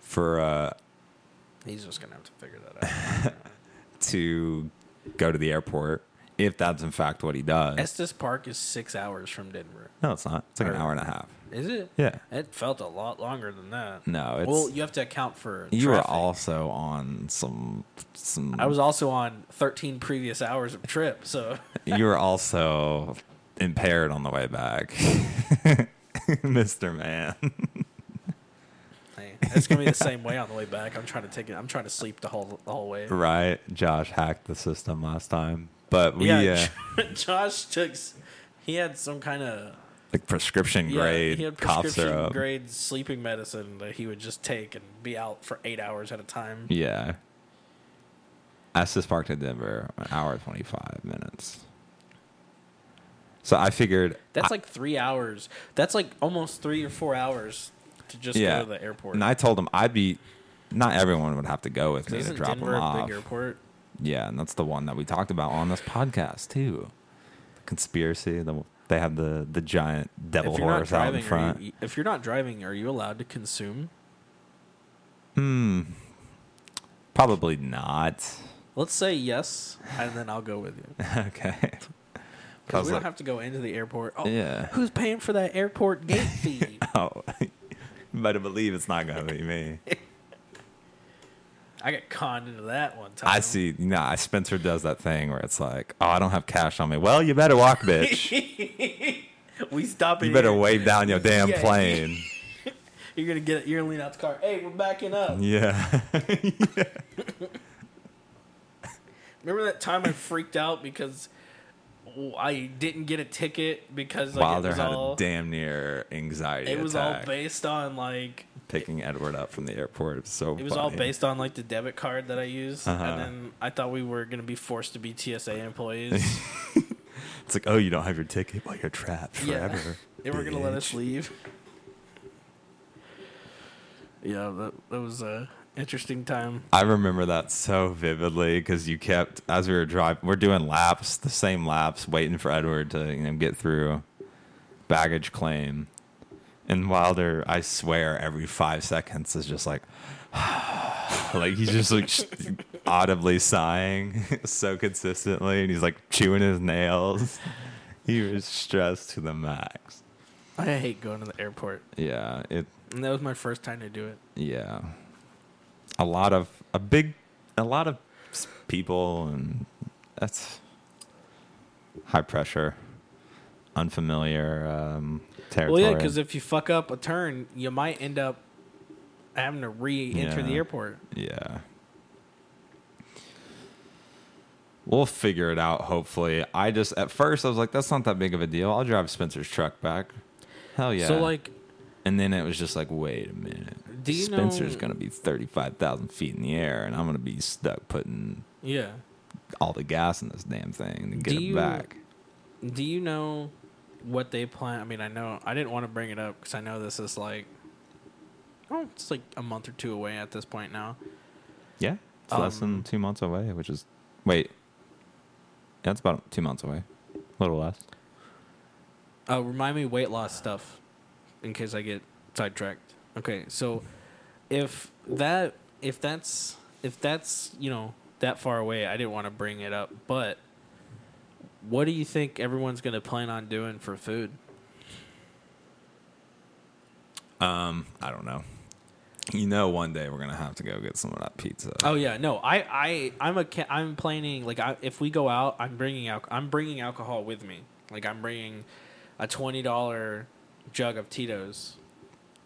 Speaker 2: for uh
Speaker 1: he's just gonna have to figure that out.
Speaker 2: to go to the airport if that's in fact what he does.
Speaker 1: Estes Park is six hours from Denver.
Speaker 2: no, it's not. It's like an
Speaker 1: Or-
Speaker 2: hour and a half.
Speaker 1: Is it?
Speaker 2: Yeah.
Speaker 1: It felt a lot longer than that.
Speaker 2: No, it's
Speaker 1: well, you have to account for.
Speaker 2: you were
Speaker 1: traffic.
Speaker 2: also on some some
Speaker 1: I was also on 13 previous hours of trip, so
Speaker 2: you were also impaired on the way back. Mr. Man.
Speaker 1: hey, it's gonna be the same way on the way back. I'm trying to take it. I'm trying to sleep the whole the whole way.
Speaker 2: Right. Josh hacked the system last time. But we
Speaker 1: Yeah,
Speaker 2: uh,
Speaker 1: Josh took. s- He had some kind of
Speaker 2: like prescription
Speaker 1: yeah,
Speaker 2: grade
Speaker 1: he had
Speaker 2: cough
Speaker 1: prescription
Speaker 2: syrup.
Speaker 1: grade sleeping medicine that he would just take and be out for eight hours at a time.
Speaker 2: Yeah. Estes Park to Denver, an hour and twenty five minutes. So I figured
Speaker 1: That's like three hours. That's like almost three or four hours to just
Speaker 2: yeah.
Speaker 1: go to the airport.
Speaker 2: And I told him I'd be not everyone would have to go with
Speaker 1: 'Cause
Speaker 2: me to
Speaker 1: isn't
Speaker 2: drop
Speaker 1: Denver
Speaker 2: him
Speaker 1: a
Speaker 2: off.
Speaker 1: big airport?
Speaker 2: Yeah, and that's the one that we talked about on this podcast too. The conspiracy. The, they had the the giant devil
Speaker 1: if you're not
Speaker 2: horse out in
Speaker 1: driving, are
Speaker 2: front.
Speaker 1: you, e- if you're not driving, are you allowed to consume?
Speaker 2: Hmm. Probably not.
Speaker 1: Let's say yes, and then I'll go with you.
Speaker 2: okay. I
Speaker 1: Because
Speaker 2: was
Speaker 1: we
Speaker 2: like,
Speaker 1: don't have to go into the airport. Oh,
Speaker 2: Yeah.
Speaker 1: Who's paying for that airport gate fee?
Speaker 2: oh, you better believe it's not gonna be me.
Speaker 1: I got conned into that one time.
Speaker 2: I see. Nah, Spencer does that thing where it's like, oh, I don't have cash on me. Well, you better walk, bitch.
Speaker 1: we stop it.
Speaker 2: you better
Speaker 1: here.
Speaker 2: wave down your damn
Speaker 1: Yeah.
Speaker 2: plane.
Speaker 1: You're gonna get. You're gonna lean out the car. Hey, we're backing up.
Speaker 2: yeah.
Speaker 1: Remember that time I freaked out because I didn't get a ticket because like, it
Speaker 2: Wilder
Speaker 1: was
Speaker 2: had
Speaker 1: all
Speaker 2: a damn near anxiety
Speaker 1: it was all
Speaker 2: attack
Speaker 1: based on like
Speaker 2: picking Edward up from the airport. It's so
Speaker 1: it was all based on like the debit card that I used,
Speaker 2: Uh-huh.
Speaker 1: and then I thought we were gonna be forced to be TSA employees.
Speaker 2: It's like, oh, you don't have your ticket. Well, you're trapped
Speaker 1: Yeah.
Speaker 2: forever.
Speaker 1: they were gonna let us
Speaker 2: bitch.
Speaker 1: leave. Yeah, that that was a interesting time.
Speaker 2: I remember that so vividly because you kept as we were driving. We're doing laps, the same laps, waiting for Edward to you know get through baggage claim. And Wilder, I swear, every five seconds is just like, like he's just like sh- audibly sighing so consistently, and he's like chewing his nails. He was stressed to the max.
Speaker 1: I hate going to the airport,
Speaker 2: Yeah, it
Speaker 1: and that was my first time to do it.
Speaker 2: yeah a lot of a big a lot of s- people and that's high pressure unfamiliar um
Speaker 1: Well,
Speaker 2: territory
Speaker 1: yeah, because if you fuck up a turn, you might end up having to re-enter the
Speaker 2: Yeah.
Speaker 1: airport.
Speaker 2: yeah We'll figure it out, hopefully. I just, at first, I was like, that's not that big of a deal. I'll drive Spencer's truck back. Hell yeah.
Speaker 1: So like,
Speaker 2: and then it was just like, wait a minute.
Speaker 1: Do you
Speaker 2: Spencer's
Speaker 1: know-
Speaker 2: going to be 35,000 feet in the air, and I'm going to be stuck putting
Speaker 1: yeah.
Speaker 2: all the gas in this damn thing to get
Speaker 1: Do
Speaker 2: it
Speaker 1: you-
Speaker 2: back.
Speaker 1: Do you know what they plan? I mean, I know I didn't want to bring it up because I know this is like, oh, it's like a month or two away at this point now.
Speaker 2: Yeah. It's less
Speaker 1: Um,
Speaker 2: than two months away, which is, wait. Yeah, it's about two months away. A little less.
Speaker 1: Uh, remind me weight loss stuff in case I get sidetracked. Okay, so if that if that's if that's you know that far away, I didn't want to bring it up, but what do you think everyone's going to plan on doing for food?
Speaker 2: Um, I don't know. You know, one day we're going to have to go get some of that pizza.
Speaker 1: Oh yeah, no, I I I'm a ca- I'm planning like I, if we go out, I'm bringing al- I'm bringing alcohol with me. Like I'm bringing a twenty dollar jug of Tito's,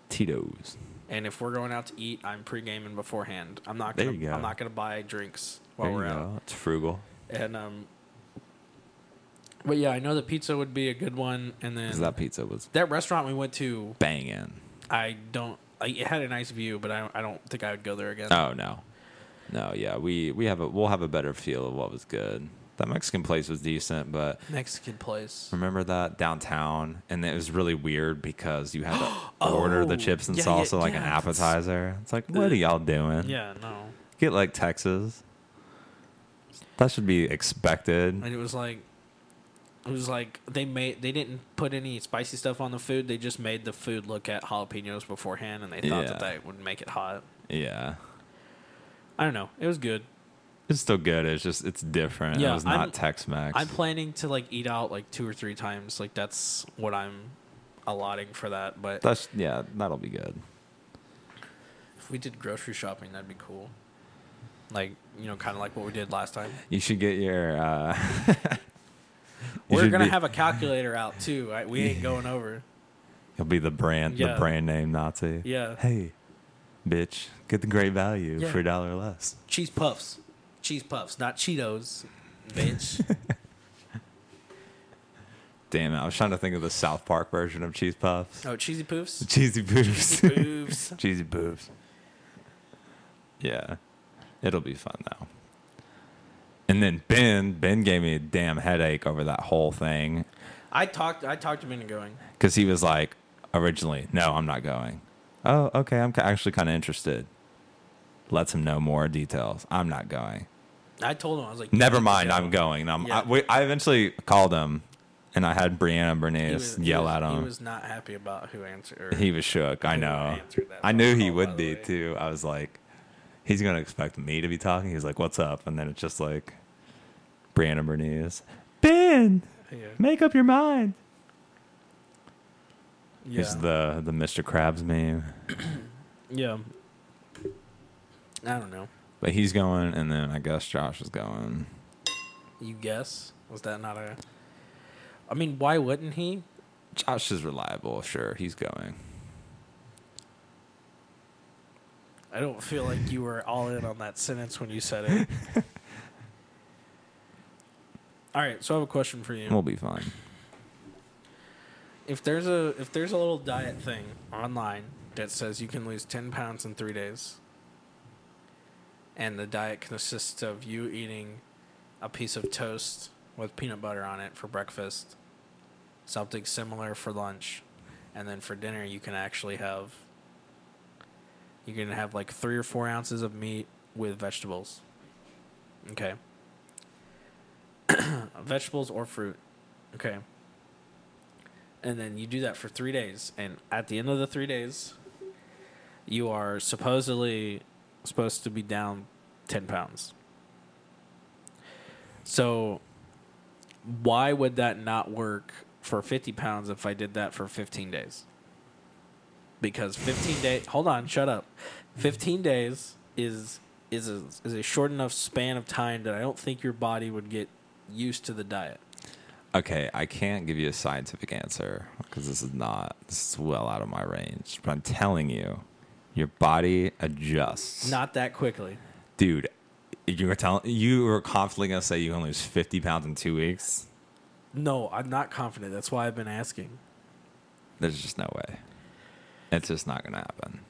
Speaker 2: Tito's.
Speaker 1: and if we're going out to eat, I'm pre gaming beforehand. I'm not
Speaker 2: There
Speaker 1: gonna
Speaker 2: you go.
Speaker 1: I'm not gonna buy drinks while
Speaker 2: There
Speaker 1: we're
Speaker 2: you
Speaker 1: out.
Speaker 2: go. It's frugal.
Speaker 1: And um, but yeah, I know the pizza would be a good one, and then
Speaker 2: 'Cause that pizza was
Speaker 1: that restaurant we went to,
Speaker 2: banging.
Speaker 1: I don't. Like, it had a nice view, but I I don't think I would go there again.
Speaker 2: Oh no, no, yeah, we we have a we'll have a better feel of what was good. That Mexican place was decent, but
Speaker 1: Mexican place.
Speaker 2: remember that downtown, and it was really weird because you had to order the
Speaker 1: Oh,
Speaker 2: chips and
Speaker 1: yeah, yeah,
Speaker 2: salsa like
Speaker 1: yeah,
Speaker 2: an
Speaker 1: that's-
Speaker 2: appetizer. It's like, what are y'all doing?
Speaker 1: Yeah, no.
Speaker 2: Get like Texas. That should be expected.
Speaker 1: and it was like it was like they made they didn't put any spicy stuff on the food they just made the food look at jalapenos beforehand and they thought that
Speaker 2: Yeah.
Speaker 1: that would make it hot
Speaker 2: Yeah,
Speaker 1: i don't know it was good
Speaker 2: it's still good. It's just it's different.
Speaker 1: Yeah,
Speaker 2: it was
Speaker 1: I'm-
Speaker 2: not Tex
Speaker 1: i'm
Speaker 2: Mex.
Speaker 1: planning to like eat out like two or three times like that's what i'm allotting for that but
Speaker 2: That's yeah, that'll be good.
Speaker 1: if we did grocery shopping that'd be cool like you know kind of like what we did last time
Speaker 2: You should get your. uh you
Speaker 1: we're
Speaker 2: should
Speaker 1: gonna
Speaker 2: be-
Speaker 1: have a calculator out too I, we ain't going over
Speaker 2: He'll be the brand,
Speaker 1: Yeah.
Speaker 2: the brand name Nazi.
Speaker 1: Yeah.
Speaker 2: Hey, bitch, get the great value
Speaker 1: Yeah.
Speaker 2: for a dollar less.
Speaker 1: cheese puffs cheese puffs not cheetos bitch
Speaker 2: Damn it! I was trying to think of the South Park version of cheese puffs.
Speaker 1: oh cheesy poofs
Speaker 2: Cheesy poofs.
Speaker 1: Boobs.
Speaker 2: Cheesy poofs. Yeah, it'll be fun though. And then Ben, Ben gave me a damn headache over that whole thing
Speaker 1: I talked. I talked him into going.
Speaker 2: because he was like, originally, no, I'm not going. Oh, okay, I'm ki- actually kind of interested. Lets him know more details. I'm not going.
Speaker 1: I told him I was like,
Speaker 2: Never mind, I'm going. i
Speaker 1: Yeah.
Speaker 2: I, we, I eventually called him, and I had Brianna
Speaker 1: He
Speaker 2: Bernice
Speaker 1: was-
Speaker 2: yell
Speaker 1: he was,
Speaker 2: at him.
Speaker 1: He was not happy about who answered. or-
Speaker 2: shook. I
Speaker 1: He
Speaker 2: know.
Speaker 1: answered that
Speaker 2: I knew
Speaker 1: phone
Speaker 2: he
Speaker 1: call, by
Speaker 2: would
Speaker 1: the
Speaker 2: be
Speaker 1: way.
Speaker 2: too. I was like, he's gonna expect me to be talking. He's like, "What's up?" And then it's just like Brianna Bernice, Ben,
Speaker 1: yeah.
Speaker 2: make up your mind.
Speaker 1: Yeah.
Speaker 2: Is the the Mr. Krabs meme?
Speaker 1: yeah. I don't know.
Speaker 2: But he's going, and then I guess Josh is going.
Speaker 1: You guess? Was that not a? I mean, why wouldn't he?
Speaker 2: Josh is reliable, sure. He's going.
Speaker 1: I don't feel like you were all in on that sentence when you said it. all right. So I have a question for you.
Speaker 2: We'll be fine.
Speaker 1: if there's a if there's a little diet thing online that says you can lose 10 pounds in three days and the diet consists of you eating a piece of toast with peanut butter on it for breakfast something similar for lunch and then for dinner you can actually have you can have like three or four ounces of meat with vegetables okay vegetables or fruit okay and then you do that for three days and at the end of the three days you are supposedly supposed to be down 10 pounds so why would that not work for 50 pounds if i did that for 15 days because 15 day hold on shut up 15 days is is a, is a short enough span of time that i don't think your body would get used to the diet
Speaker 2: Okay, I can't give you a scientific answer because this is not this is well out of my range. But I'm telling you, your body adjusts.
Speaker 1: not that quickly
Speaker 2: dude, you were telling you were confidently gonna say you can lose fifty pounds in two weeks.
Speaker 1: No, I'm not confident. That's why I've been asking.
Speaker 2: There's just no way. It's just not gonna happen.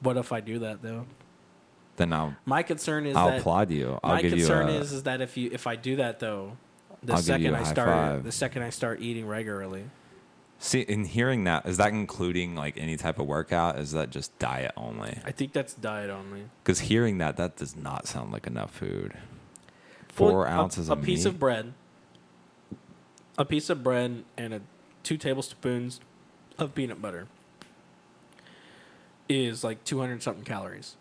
Speaker 1: What if I do that though?
Speaker 2: Then I'll
Speaker 1: My concern is
Speaker 2: I'll
Speaker 1: that
Speaker 2: applaud you. I'll
Speaker 1: my
Speaker 2: give you
Speaker 1: concern
Speaker 2: a,
Speaker 1: is is that if you if I do that though, the
Speaker 2: I'll give you
Speaker 1: second
Speaker 2: a
Speaker 1: I
Speaker 2: high
Speaker 1: start
Speaker 2: five.
Speaker 1: the second I start eating regularly,
Speaker 2: see in hearing that is that including like any type of workout? Is that just diet only?
Speaker 1: I think that's diet only.
Speaker 2: Because hearing that that does not sound like enough food. Four
Speaker 1: Well, a-
Speaker 2: ounces
Speaker 1: a,
Speaker 2: of
Speaker 1: piece
Speaker 2: meat?
Speaker 1: of bread, a piece of bread, and a two tablespoons of peanut butter is like two hundred something calories.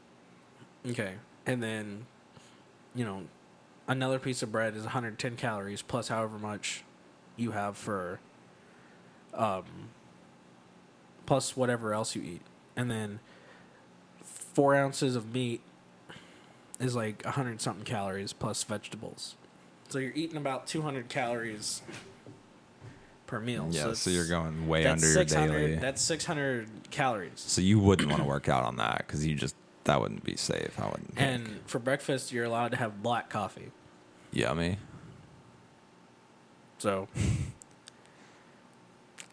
Speaker 1: Okay, and then you know another piece of bread is one hundred ten calories plus however much you have for um plus whatever else you eat, and then four ounces of meat is like 100 something calories plus vegetables. So you're eating about 200 calories per meal.
Speaker 2: Yeah, so,
Speaker 1: it's-
Speaker 2: you're going way
Speaker 1: that's
Speaker 2: under your
Speaker 1: 600
Speaker 2: daily.
Speaker 1: That's 600 calories.
Speaker 2: so you wouldn't want to work out on that because you just that wouldn't be safe. I wouldn't. think.
Speaker 1: And for breakfast, you're allowed to have black coffee.
Speaker 2: yummy.
Speaker 1: So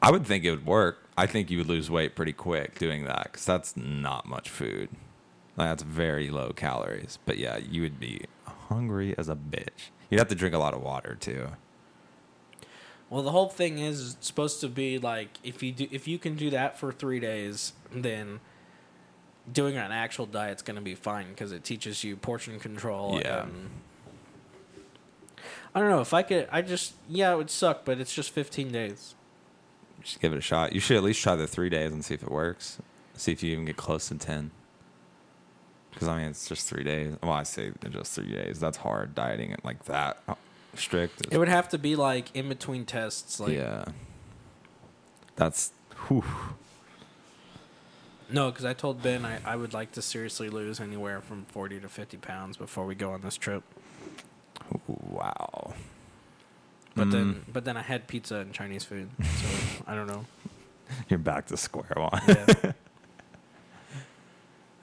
Speaker 2: I would think it would work. I think you would lose weight pretty quick doing that because that's not much food. Like, that's very low calories. But yeah, you would be hungry as a bitch. You'd have to drink a lot of water too.
Speaker 1: Well, the whole thing is it's supposed to be like if you do if you can do that for three days, then doing an actual diet's going to be fine because it teaches you portion control.
Speaker 2: Yeah.
Speaker 1: And I don't know if I could. I just yeah, it would suck, but it's just 15 days.
Speaker 2: Just give it a shot. You should at least try the three days and see if it works. See if you even get close to 10. Because I mean, it's just three days. Well, I say just three days. That's hard dieting it like that strict.
Speaker 1: It would have to be like in between tests. Like
Speaker 2: yeah. That's. Whew.
Speaker 1: no, because I told Ben I, I would like to seriously lose anywhere from 40 to 50 pounds before we go on this trip.
Speaker 2: Wow. Mm.
Speaker 1: But then but then I had pizza and Chinese food, so I don't know.
Speaker 2: You're back to square one.
Speaker 1: Yeah.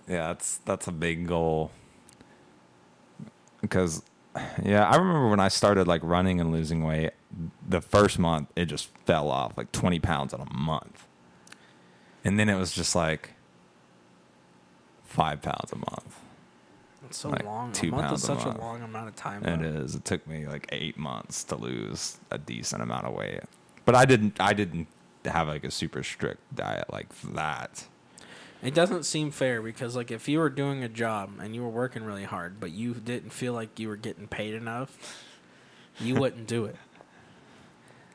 Speaker 2: Yeah, that's that's a big goal. Because yeah, I remember when I started like running and losing weight, the first month it just fell off like 20 pounds in a month. And then it was just like 5 pounds a month.
Speaker 1: It's so
Speaker 2: like,
Speaker 1: long.
Speaker 2: two
Speaker 1: a month
Speaker 2: pounds
Speaker 1: is
Speaker 2: a
Speaker 1: such a,
Speaker 2: month.
Speaker 1: long amount of time.
Speaker 2: It
Speaker 1: though.
Speaker 2: is. It took me like 8 months to lose a decent amount of weight. But I didn't I didn't have like a super strict diet like that.
Speaker 1: It doesn't seem fair because, like, if you were doing a job and you were working really hard, but you didn't feel like you were getting paid enough, you wouldn't do it.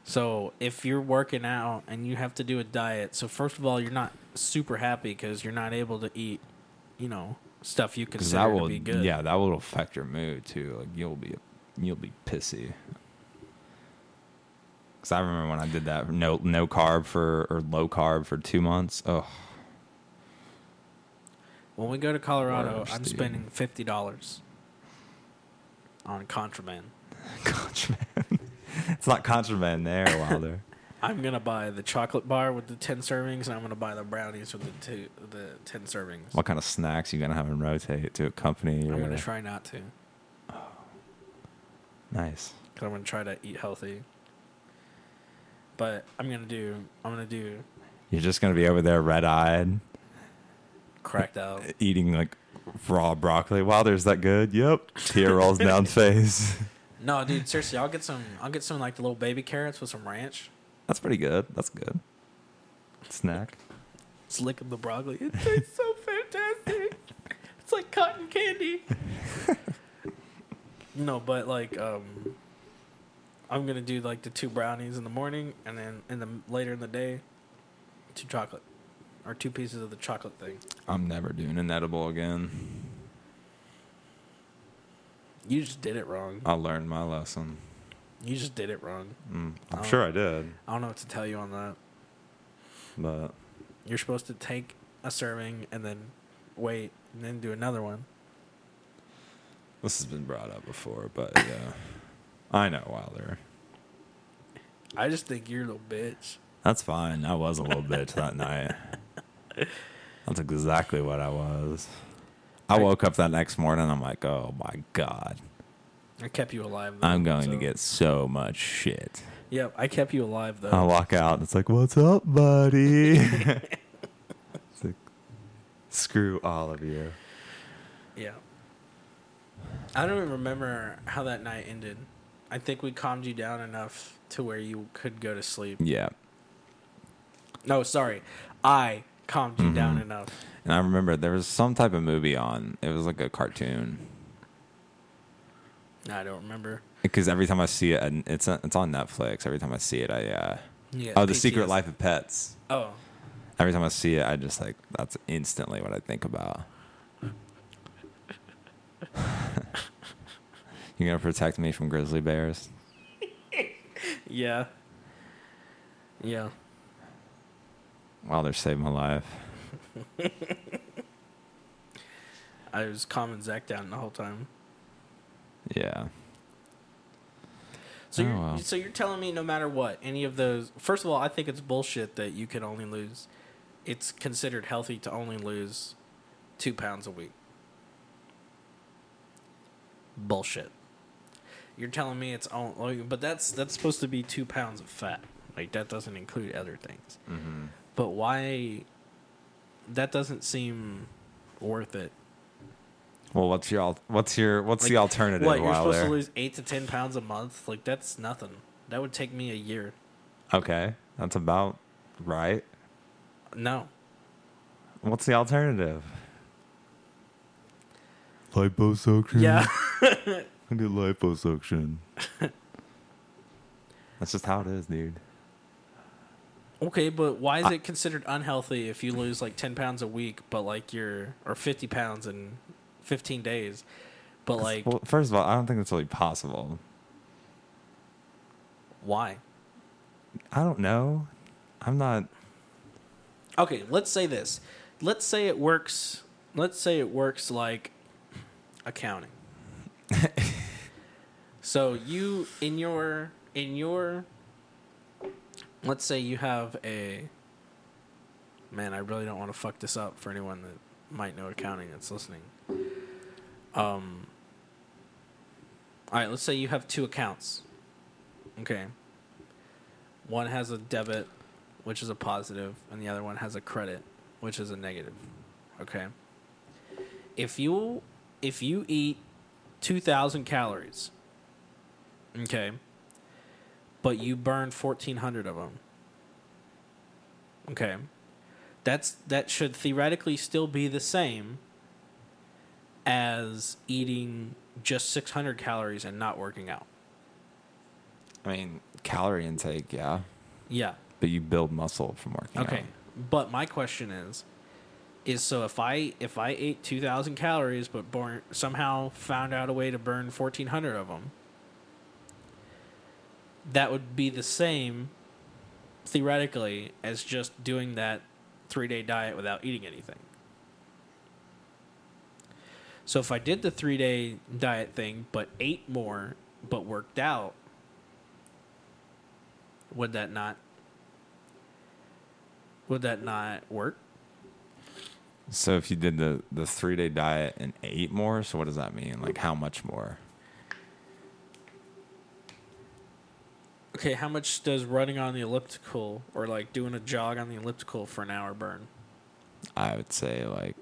Speaker 1: So if you're working out and you have to do a diet, so first of all, you're not super happy because you're not able to eat, you know, stuff you
Speaker 2: Because
Speaker 1: consider
Speaker 2: that will,
Speaker 1: to be good.
Speaker 2: yeah, that will affect your mood too. Like you'll be, you'll be pissy. Because I remember when I did that no no carb for or low carb for two months. Oh,
Speaker 1: When we go to Colorado,
Speaker 2: Worse,
Speaker 1: I'm
Speaker 2: dude.
Speaker 1: spending fifty dollars on contraband.
Speaker 2: contraband. it's not contraband there, Wilder.
Speaker 1: I'm gonna buy the chocolate bar with the ten servings, and I'm gonna buy the brownies with the two, the ten servings.
Speaker 2: what kind of snacks you gonna have and rotate to accompany your?
Speaker 1: I'm gonna try not to,
Speaker 2: Nice.
Speaker 1: cause I'm gonna try to eat healthy. But I'm gonna do, I'm gonna do
Speaker 2: You're just gonna be over there red eyed,
Speaker 1: cracked out.
Speaker 2: eating like raw broccoli. Wilder's that good? Yep. Tear rolls down face.
Speaker 1: No, dude, seriously, I'll get some, I'll get some like the little baby carrots with some ranch.
Speaker 2: That's pretty good. That's good. Snack.
Speaker 1: Slick of the broccoli. It tastes so fantastic. It's like cotton candy. no, but like um I'm gonna do like the two brownies in the morning and then in the later in the day, two chocolate. Or two pieces of the chocolate thing.
Speaker 2: I'm never doing an edible again.
Speaker 1: You just did it wrong.
Speaker 2: I learned my lesson.
Speaker 1: You just did it wrong.
Speaker 2: Mm, I'm
Speaker 1: Oh.
Speaker 2: sure I did,
Speaker 1: I don't know what to tell you on that.
Speaker 2: but
Speaker 1: You're supposed to take a serving and then wait and then do another one.
Speaker 2: this has been brought up before. But yeah, I know Wilder.
Speaker 1: I just think you're a little bitch.
Speaker 2: That's fine. I was a little bitch that night. That's exactly what I was. I woke up that next morning. I'm like, oh my god,
Speaker 1: I kept you alive. though,
Speaker 2: I'm going to
Speaker 1: so-
Speaker 2: get so much shit.
Speaker 1: Yep, I kept you alive though.
Speaker 2: I walk out. and It's like, what's up, buddy? it's like, screw all of you.
Speaker 1: Yeah. I don't even remember how that night ended. I think we calmed you down enough to where you could go to sleep.
Speaker 2: Yeah.
Speaker 1: No, sorry. I calmed you down
Speaker 2: Mm-hmm.
Speaker 1: enough.
Speaker 2: And I remember there was some type of movie on. It was like a cartoon.
Speaker 1: I don't remember.
Speaker 2: Because every time I see it, and it's on- it's on Netflix. Every time I see it, I uh,
Speaker 1: Yeah.
Speaker 2: oh, The
Speaker 1: PTSD.
Speaker 2: Secret Life of Pets.
Speaker 1: Oh.
Speaker 2: Every time I see it, I just like that's instantly what I think about. You're gonna protect me from grizzly bears.
Speaker 1: Yeah. Yeah.
Speaker 2: Wow, they're saving my life.
Speaker 1: I was calming Zach down the whole time.
Speaker 2: Yeah.
Speaker 1: So
Speaker 2: Oh,
Speaker 1: you're
Speaker 2: wow.
Speaker 1: so you're telling me no matter what, any of those first of all, I think it's bullshit that you can only lose it's considered healthy to only lose two pounds a week. Bullshit. You're telling me it's only but that's that's supposed to be two pounds of fat. Like that doesn't include other things.
Speaker 2: Mm-hmm.
Speaker 1: But why that doesn't seem worth it.
Speaker 2: Well, what's your al- what's your what's the
Speaker 1: Like,
Speaker 2: alternative?
Speaker 1: What, you're
Speaker 2: while
Speaker 1: supposed
Speaker 2: there?
Speaker 1: to lose eight to ten pounds a month? Like that's nothing. That would take me a year.
Speaker 2: Okay, that's about right.
Speaker 1: No.
Speaker 2: What's the alternative? Hmm.
Speaker 3: Liposuction.
Speaker 1: Yeah.
Speaker 3: I did liposuction.
Speaker 2: That's just how it is, dude.
Speaker 1: okay, but why is
Speaker 2: I-
Speaker 1: it considered unhealthy if you lose like ten pounds a week, but like you're or fifty pounds in fifteen days, but like
Speaker 2: well, first of all, I don't think that's really possible.
Speaker 1: why?
Speaker 2: I don't know. I'm not.
Speaker 1: Okay, let's say this. Let's say it works. Let's say it works like accounting. so you in your in your let's say you have a man, I really don't want to fuck this up for anyone that might know accounting that's listening. Um All right, let's say you have two accounts. Okay. One has a debit, which is a positive, and the other one has a credit, which is a negative. Okay. If you if you eat 2000 calories, okay, but you burn 1400 of them. Okay. That's that should theoretically still be the same as eating just 600 calories and not working out.
Speaker 2: I mean, calorie intake, yeah,
Speaker 1: Yeah.
Speaker 2: but you build muscle from working.
Speaker 1: Okay.
Speaker 2: out.
Speaker 1: But my question is is so if I if I ate 2000 calories but born, somehow found out a way to burn 1400 of them that would be the same theoretically as just doing that 3-day diet without eating anything. So if I did the 3-day diet thing but ate more but worked out would that not would that not work?
Speaker 2: So if you did the the three day diet and ate more, so what does that mean? Like how much more?
Speaker 1: Okay, how much does running on the elliptical or like doing a jog on the elliptical for an hour burn?
Speaker 2: I would say like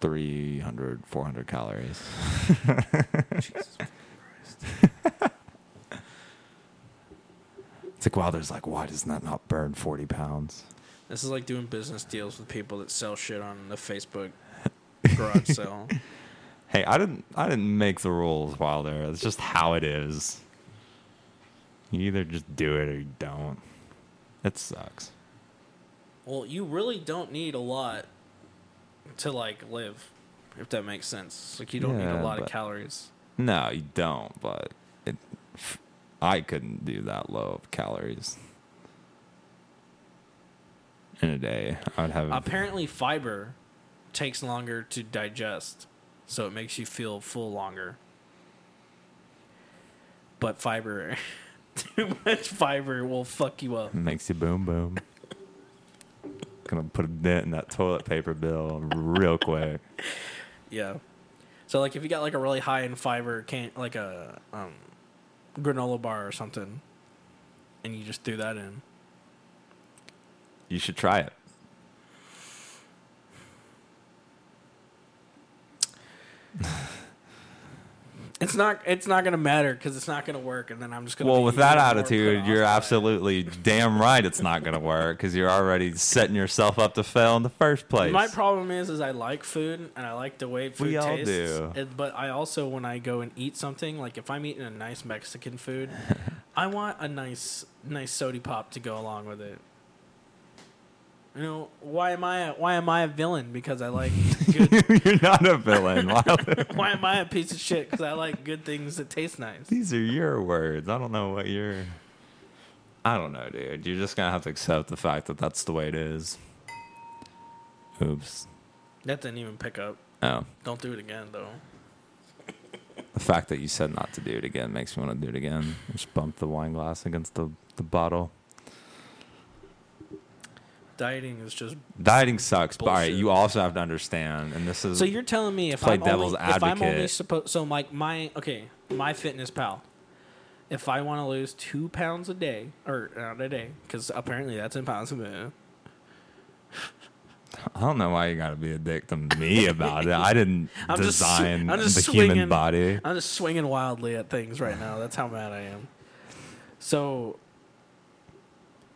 Speaker 2: 300, 400 calories. it's like Wilder's like, why does that not burn 40 pounds?
Speaker 1: This is like doing business deals with people that sell shit on the Facebook garage sale.
Speaker 2: Hey, I didn't I didn't make the rules, Wilder. It's just how it is. You either just do it or you don't. It sucks.
Speaker 1: Well, you really don't need a lot to like live, if that makes sense. Like you don't need
Speaker 2: Yeah,
Speaker 1: a lot of
Speaker 2: but-
Speaker 1: calories.
Speaker 2: No, you don't, but it I couldn't do that low of calories in a day. I would have
Speaker 1: Apparently, fiber takes longer to digest, so it makes you feel full longer. But fiber, too much fiber will fuck you up.
Speaker 2: makes you boom boom. Gonna put a dent in that toilet paper bill real quick.
Speaker 1: Yeah. So like if you got like a really high in fiber can like a um granola bar or something and you just threw that in.
Speaker 2: You should try it.
Speaker 1: It's not it's not going to matter cuz it's not going to work and then I'm just going to
Speaker 2: Well, with that attitude, you're absolutely damn right it's not going to work because you're already setting yourself up to fail in the first place.
Speaker 1: My problem is, is I like food and I like the way food
Speaker 2: We all
Speaker 1: tastes.
Speaker 2: do.
Speaker 1: and- but I also, when I go and eat something, like if I'm eating a nice Mexican food, I want a nice, nice soda pop to go along with it. You know why am I a, why am I a villain? Because I like good.
Speaker 2: you're not a villain. Wilder.
Speaker 1: why am I a piece of shit? Because I like good things that taste nice.
Speaker 2: These are your words. I don't know what you're. I don't know, dude. You're just going to have to accept the fact that that's the way it is. Oops.
Speaker 1: That didn't even pick up.
Speaker 2: Oh.
Speaker 1: Don't do it again though.
Speaker 2: The fact that you said not to do it again makes me want to do it again. Just bump the wine glass against the, the bottle.
Speaker 1: Dieting is just
Speaker 2: Dieting sucks, but all right,
Speaker 1: Bullshit.
Speaker 2: you also have to understand, and this is
Speaker 1: So you're telling me if
Speaker 2: Play
Speaker 1: I'm
Speaker 2: devil's
Speaker 1: only, if I'm only
Speaker 2: advocate.
Speaker 1: supposed so like my okay my fitness pal, if I want to lose two pounds a day or not a day because apparently that's impossible.
Speaker 2: I don't know why you got to be a dick to me about it. I didn't
Speaker 1: I'm just sw-
Speaker 2: design
Speaker 1: I'm just
Speaker 2: the
Speaker 1: swinging.
Speaker 2: human body.
Speaker 1: I'm just swinging wildly at things right now. That's how mad I am. So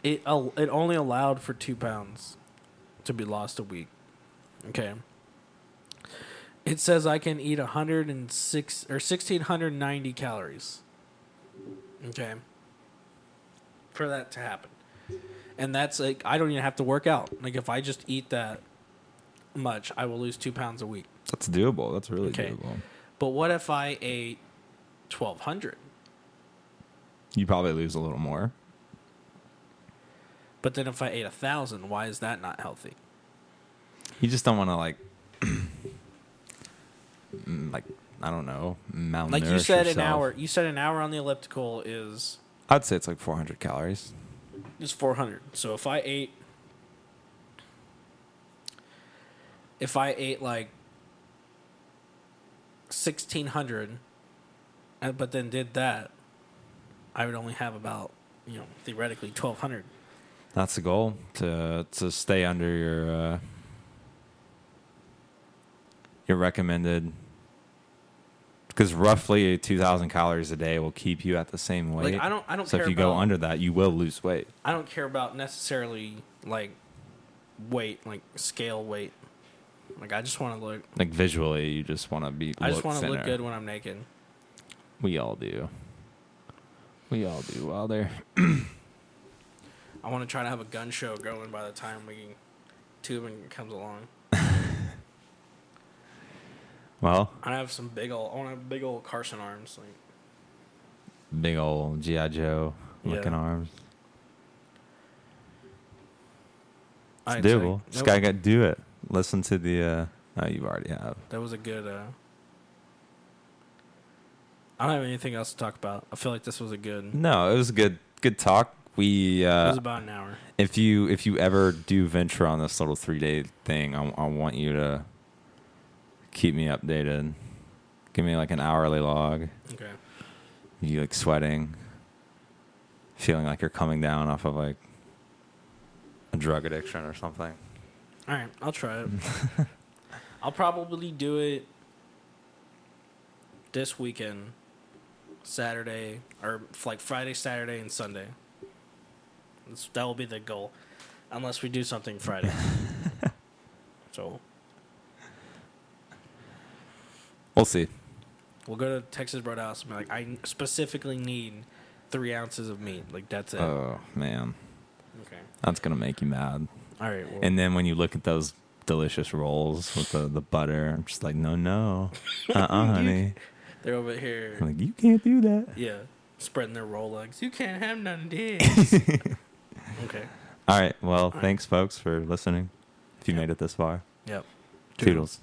Speaker 1: it al- it only allowed for two pounds to be lost a week. Okay. It says I can eat 106 or 1690 calories. Okay. For that to happen. And that's like I don't even have to work out. Like if I just eat that much, I will lose 2 pounds a week.
Speaker 2: That's doable. That's really
Speaker 1: Okay.
Speaker 2: doable.
Speaker 1: But what if I ate 1200?
Speaker 2: You probably lose a little more.
Speaker 1: But then if I ate 1000, why is that not healthy?
Speaker 2: You just don't want to like, mm, like I don't know, malnourish
Speaker 1: Like you said an
Speaker 2: yourself.
Speaker 1: hour, you said an hour on the elliptical is
Speaker 2: I'd say it's like 400 calories.
Speaker 1: is 400. So if I ate if I ate like 1600 and- uh, but then did that, I would only have about, you know, theoretically 1200.
Speaker 2: That's the goal to to stay under your uh, your recommended. Because roughly 2,000 calories a day will keep you at the same weight.
Speaker 1: I don't- I don't
Speaker 2: So
Speaker 1: care
Speaker 2: if you go
Speaker 1: about-
Speaker 2: under that, you will lose weight.
Speaker 1: I don't care about necessarily like weight, like scale weight. Like I just want to look.
Speaker 2: Like visually, you just want to be.
Speaker 1: I just
Speaker 2: want to
Speaker 1: look good when I'm naked.
Speaker 2: We all do. We all do. Wilder.
Speaker 1: I want to try to have a gun show going by the time we tubing comes along.
Speaker 2: Well,
Speaker 1: I have some big old. I want to have big old Carson arms. Like
Speaker 2: big old GI Joe looking
Speaker 1: Yeah.
Speaker 2: arms. It's
Speaker 1: I'd say-
Speaker 2: doable. Just
Speaker 1: that,
Speaker 2: gotta get do it. Listen to the. uh Oh, you already have.
Speaker 1: that was a good. Uh, I don't have anything else to talk about. I feel like this was a good. It
Speaker 2: No, it was good. Good talk. We uh,
Speaker 1: was about an hour.
Speaker 2: if you if you ever do venture on this little three day thing, I, I want you to keep me updated. Give me like an hourly log.
Speaker 1: Okay.
Speaker 2: You like sweating, feeling like you're coming down off of like a drug addiction or something.
Speaker 1: All right, I'll try it. I'll probably do it this weekend, Saturday or f- like Friday, Saturday, and Sunday. That's, that will be the goal, unless we do something Friday. so
Speaker 2: We'll see.
Speaker 1: we'll go to Texas Roadhouse and be like, I n- specifically need three ounces of meat. Like that's it.
Speaker 2: Oh man,
Speaker 1: okay.
Speaker 2: that's gonna make you mad.
Speaker 1: All right. Well,
Speaker 2: And then when you look at those delicious rolls with the the butter, I'm just like, no, no, uh, uh honey.
Speaker 1: they're over here.
Speaker 2: I'm like, you can't do that.
Speaker 1: Yeah, spreading their Rolex. You can't have none of this. okay.
Speaker 2: All right. Well, thanks, folks, for listening. If you made it this far,
Speaker 1: Yep.
Speaker 2: toodles.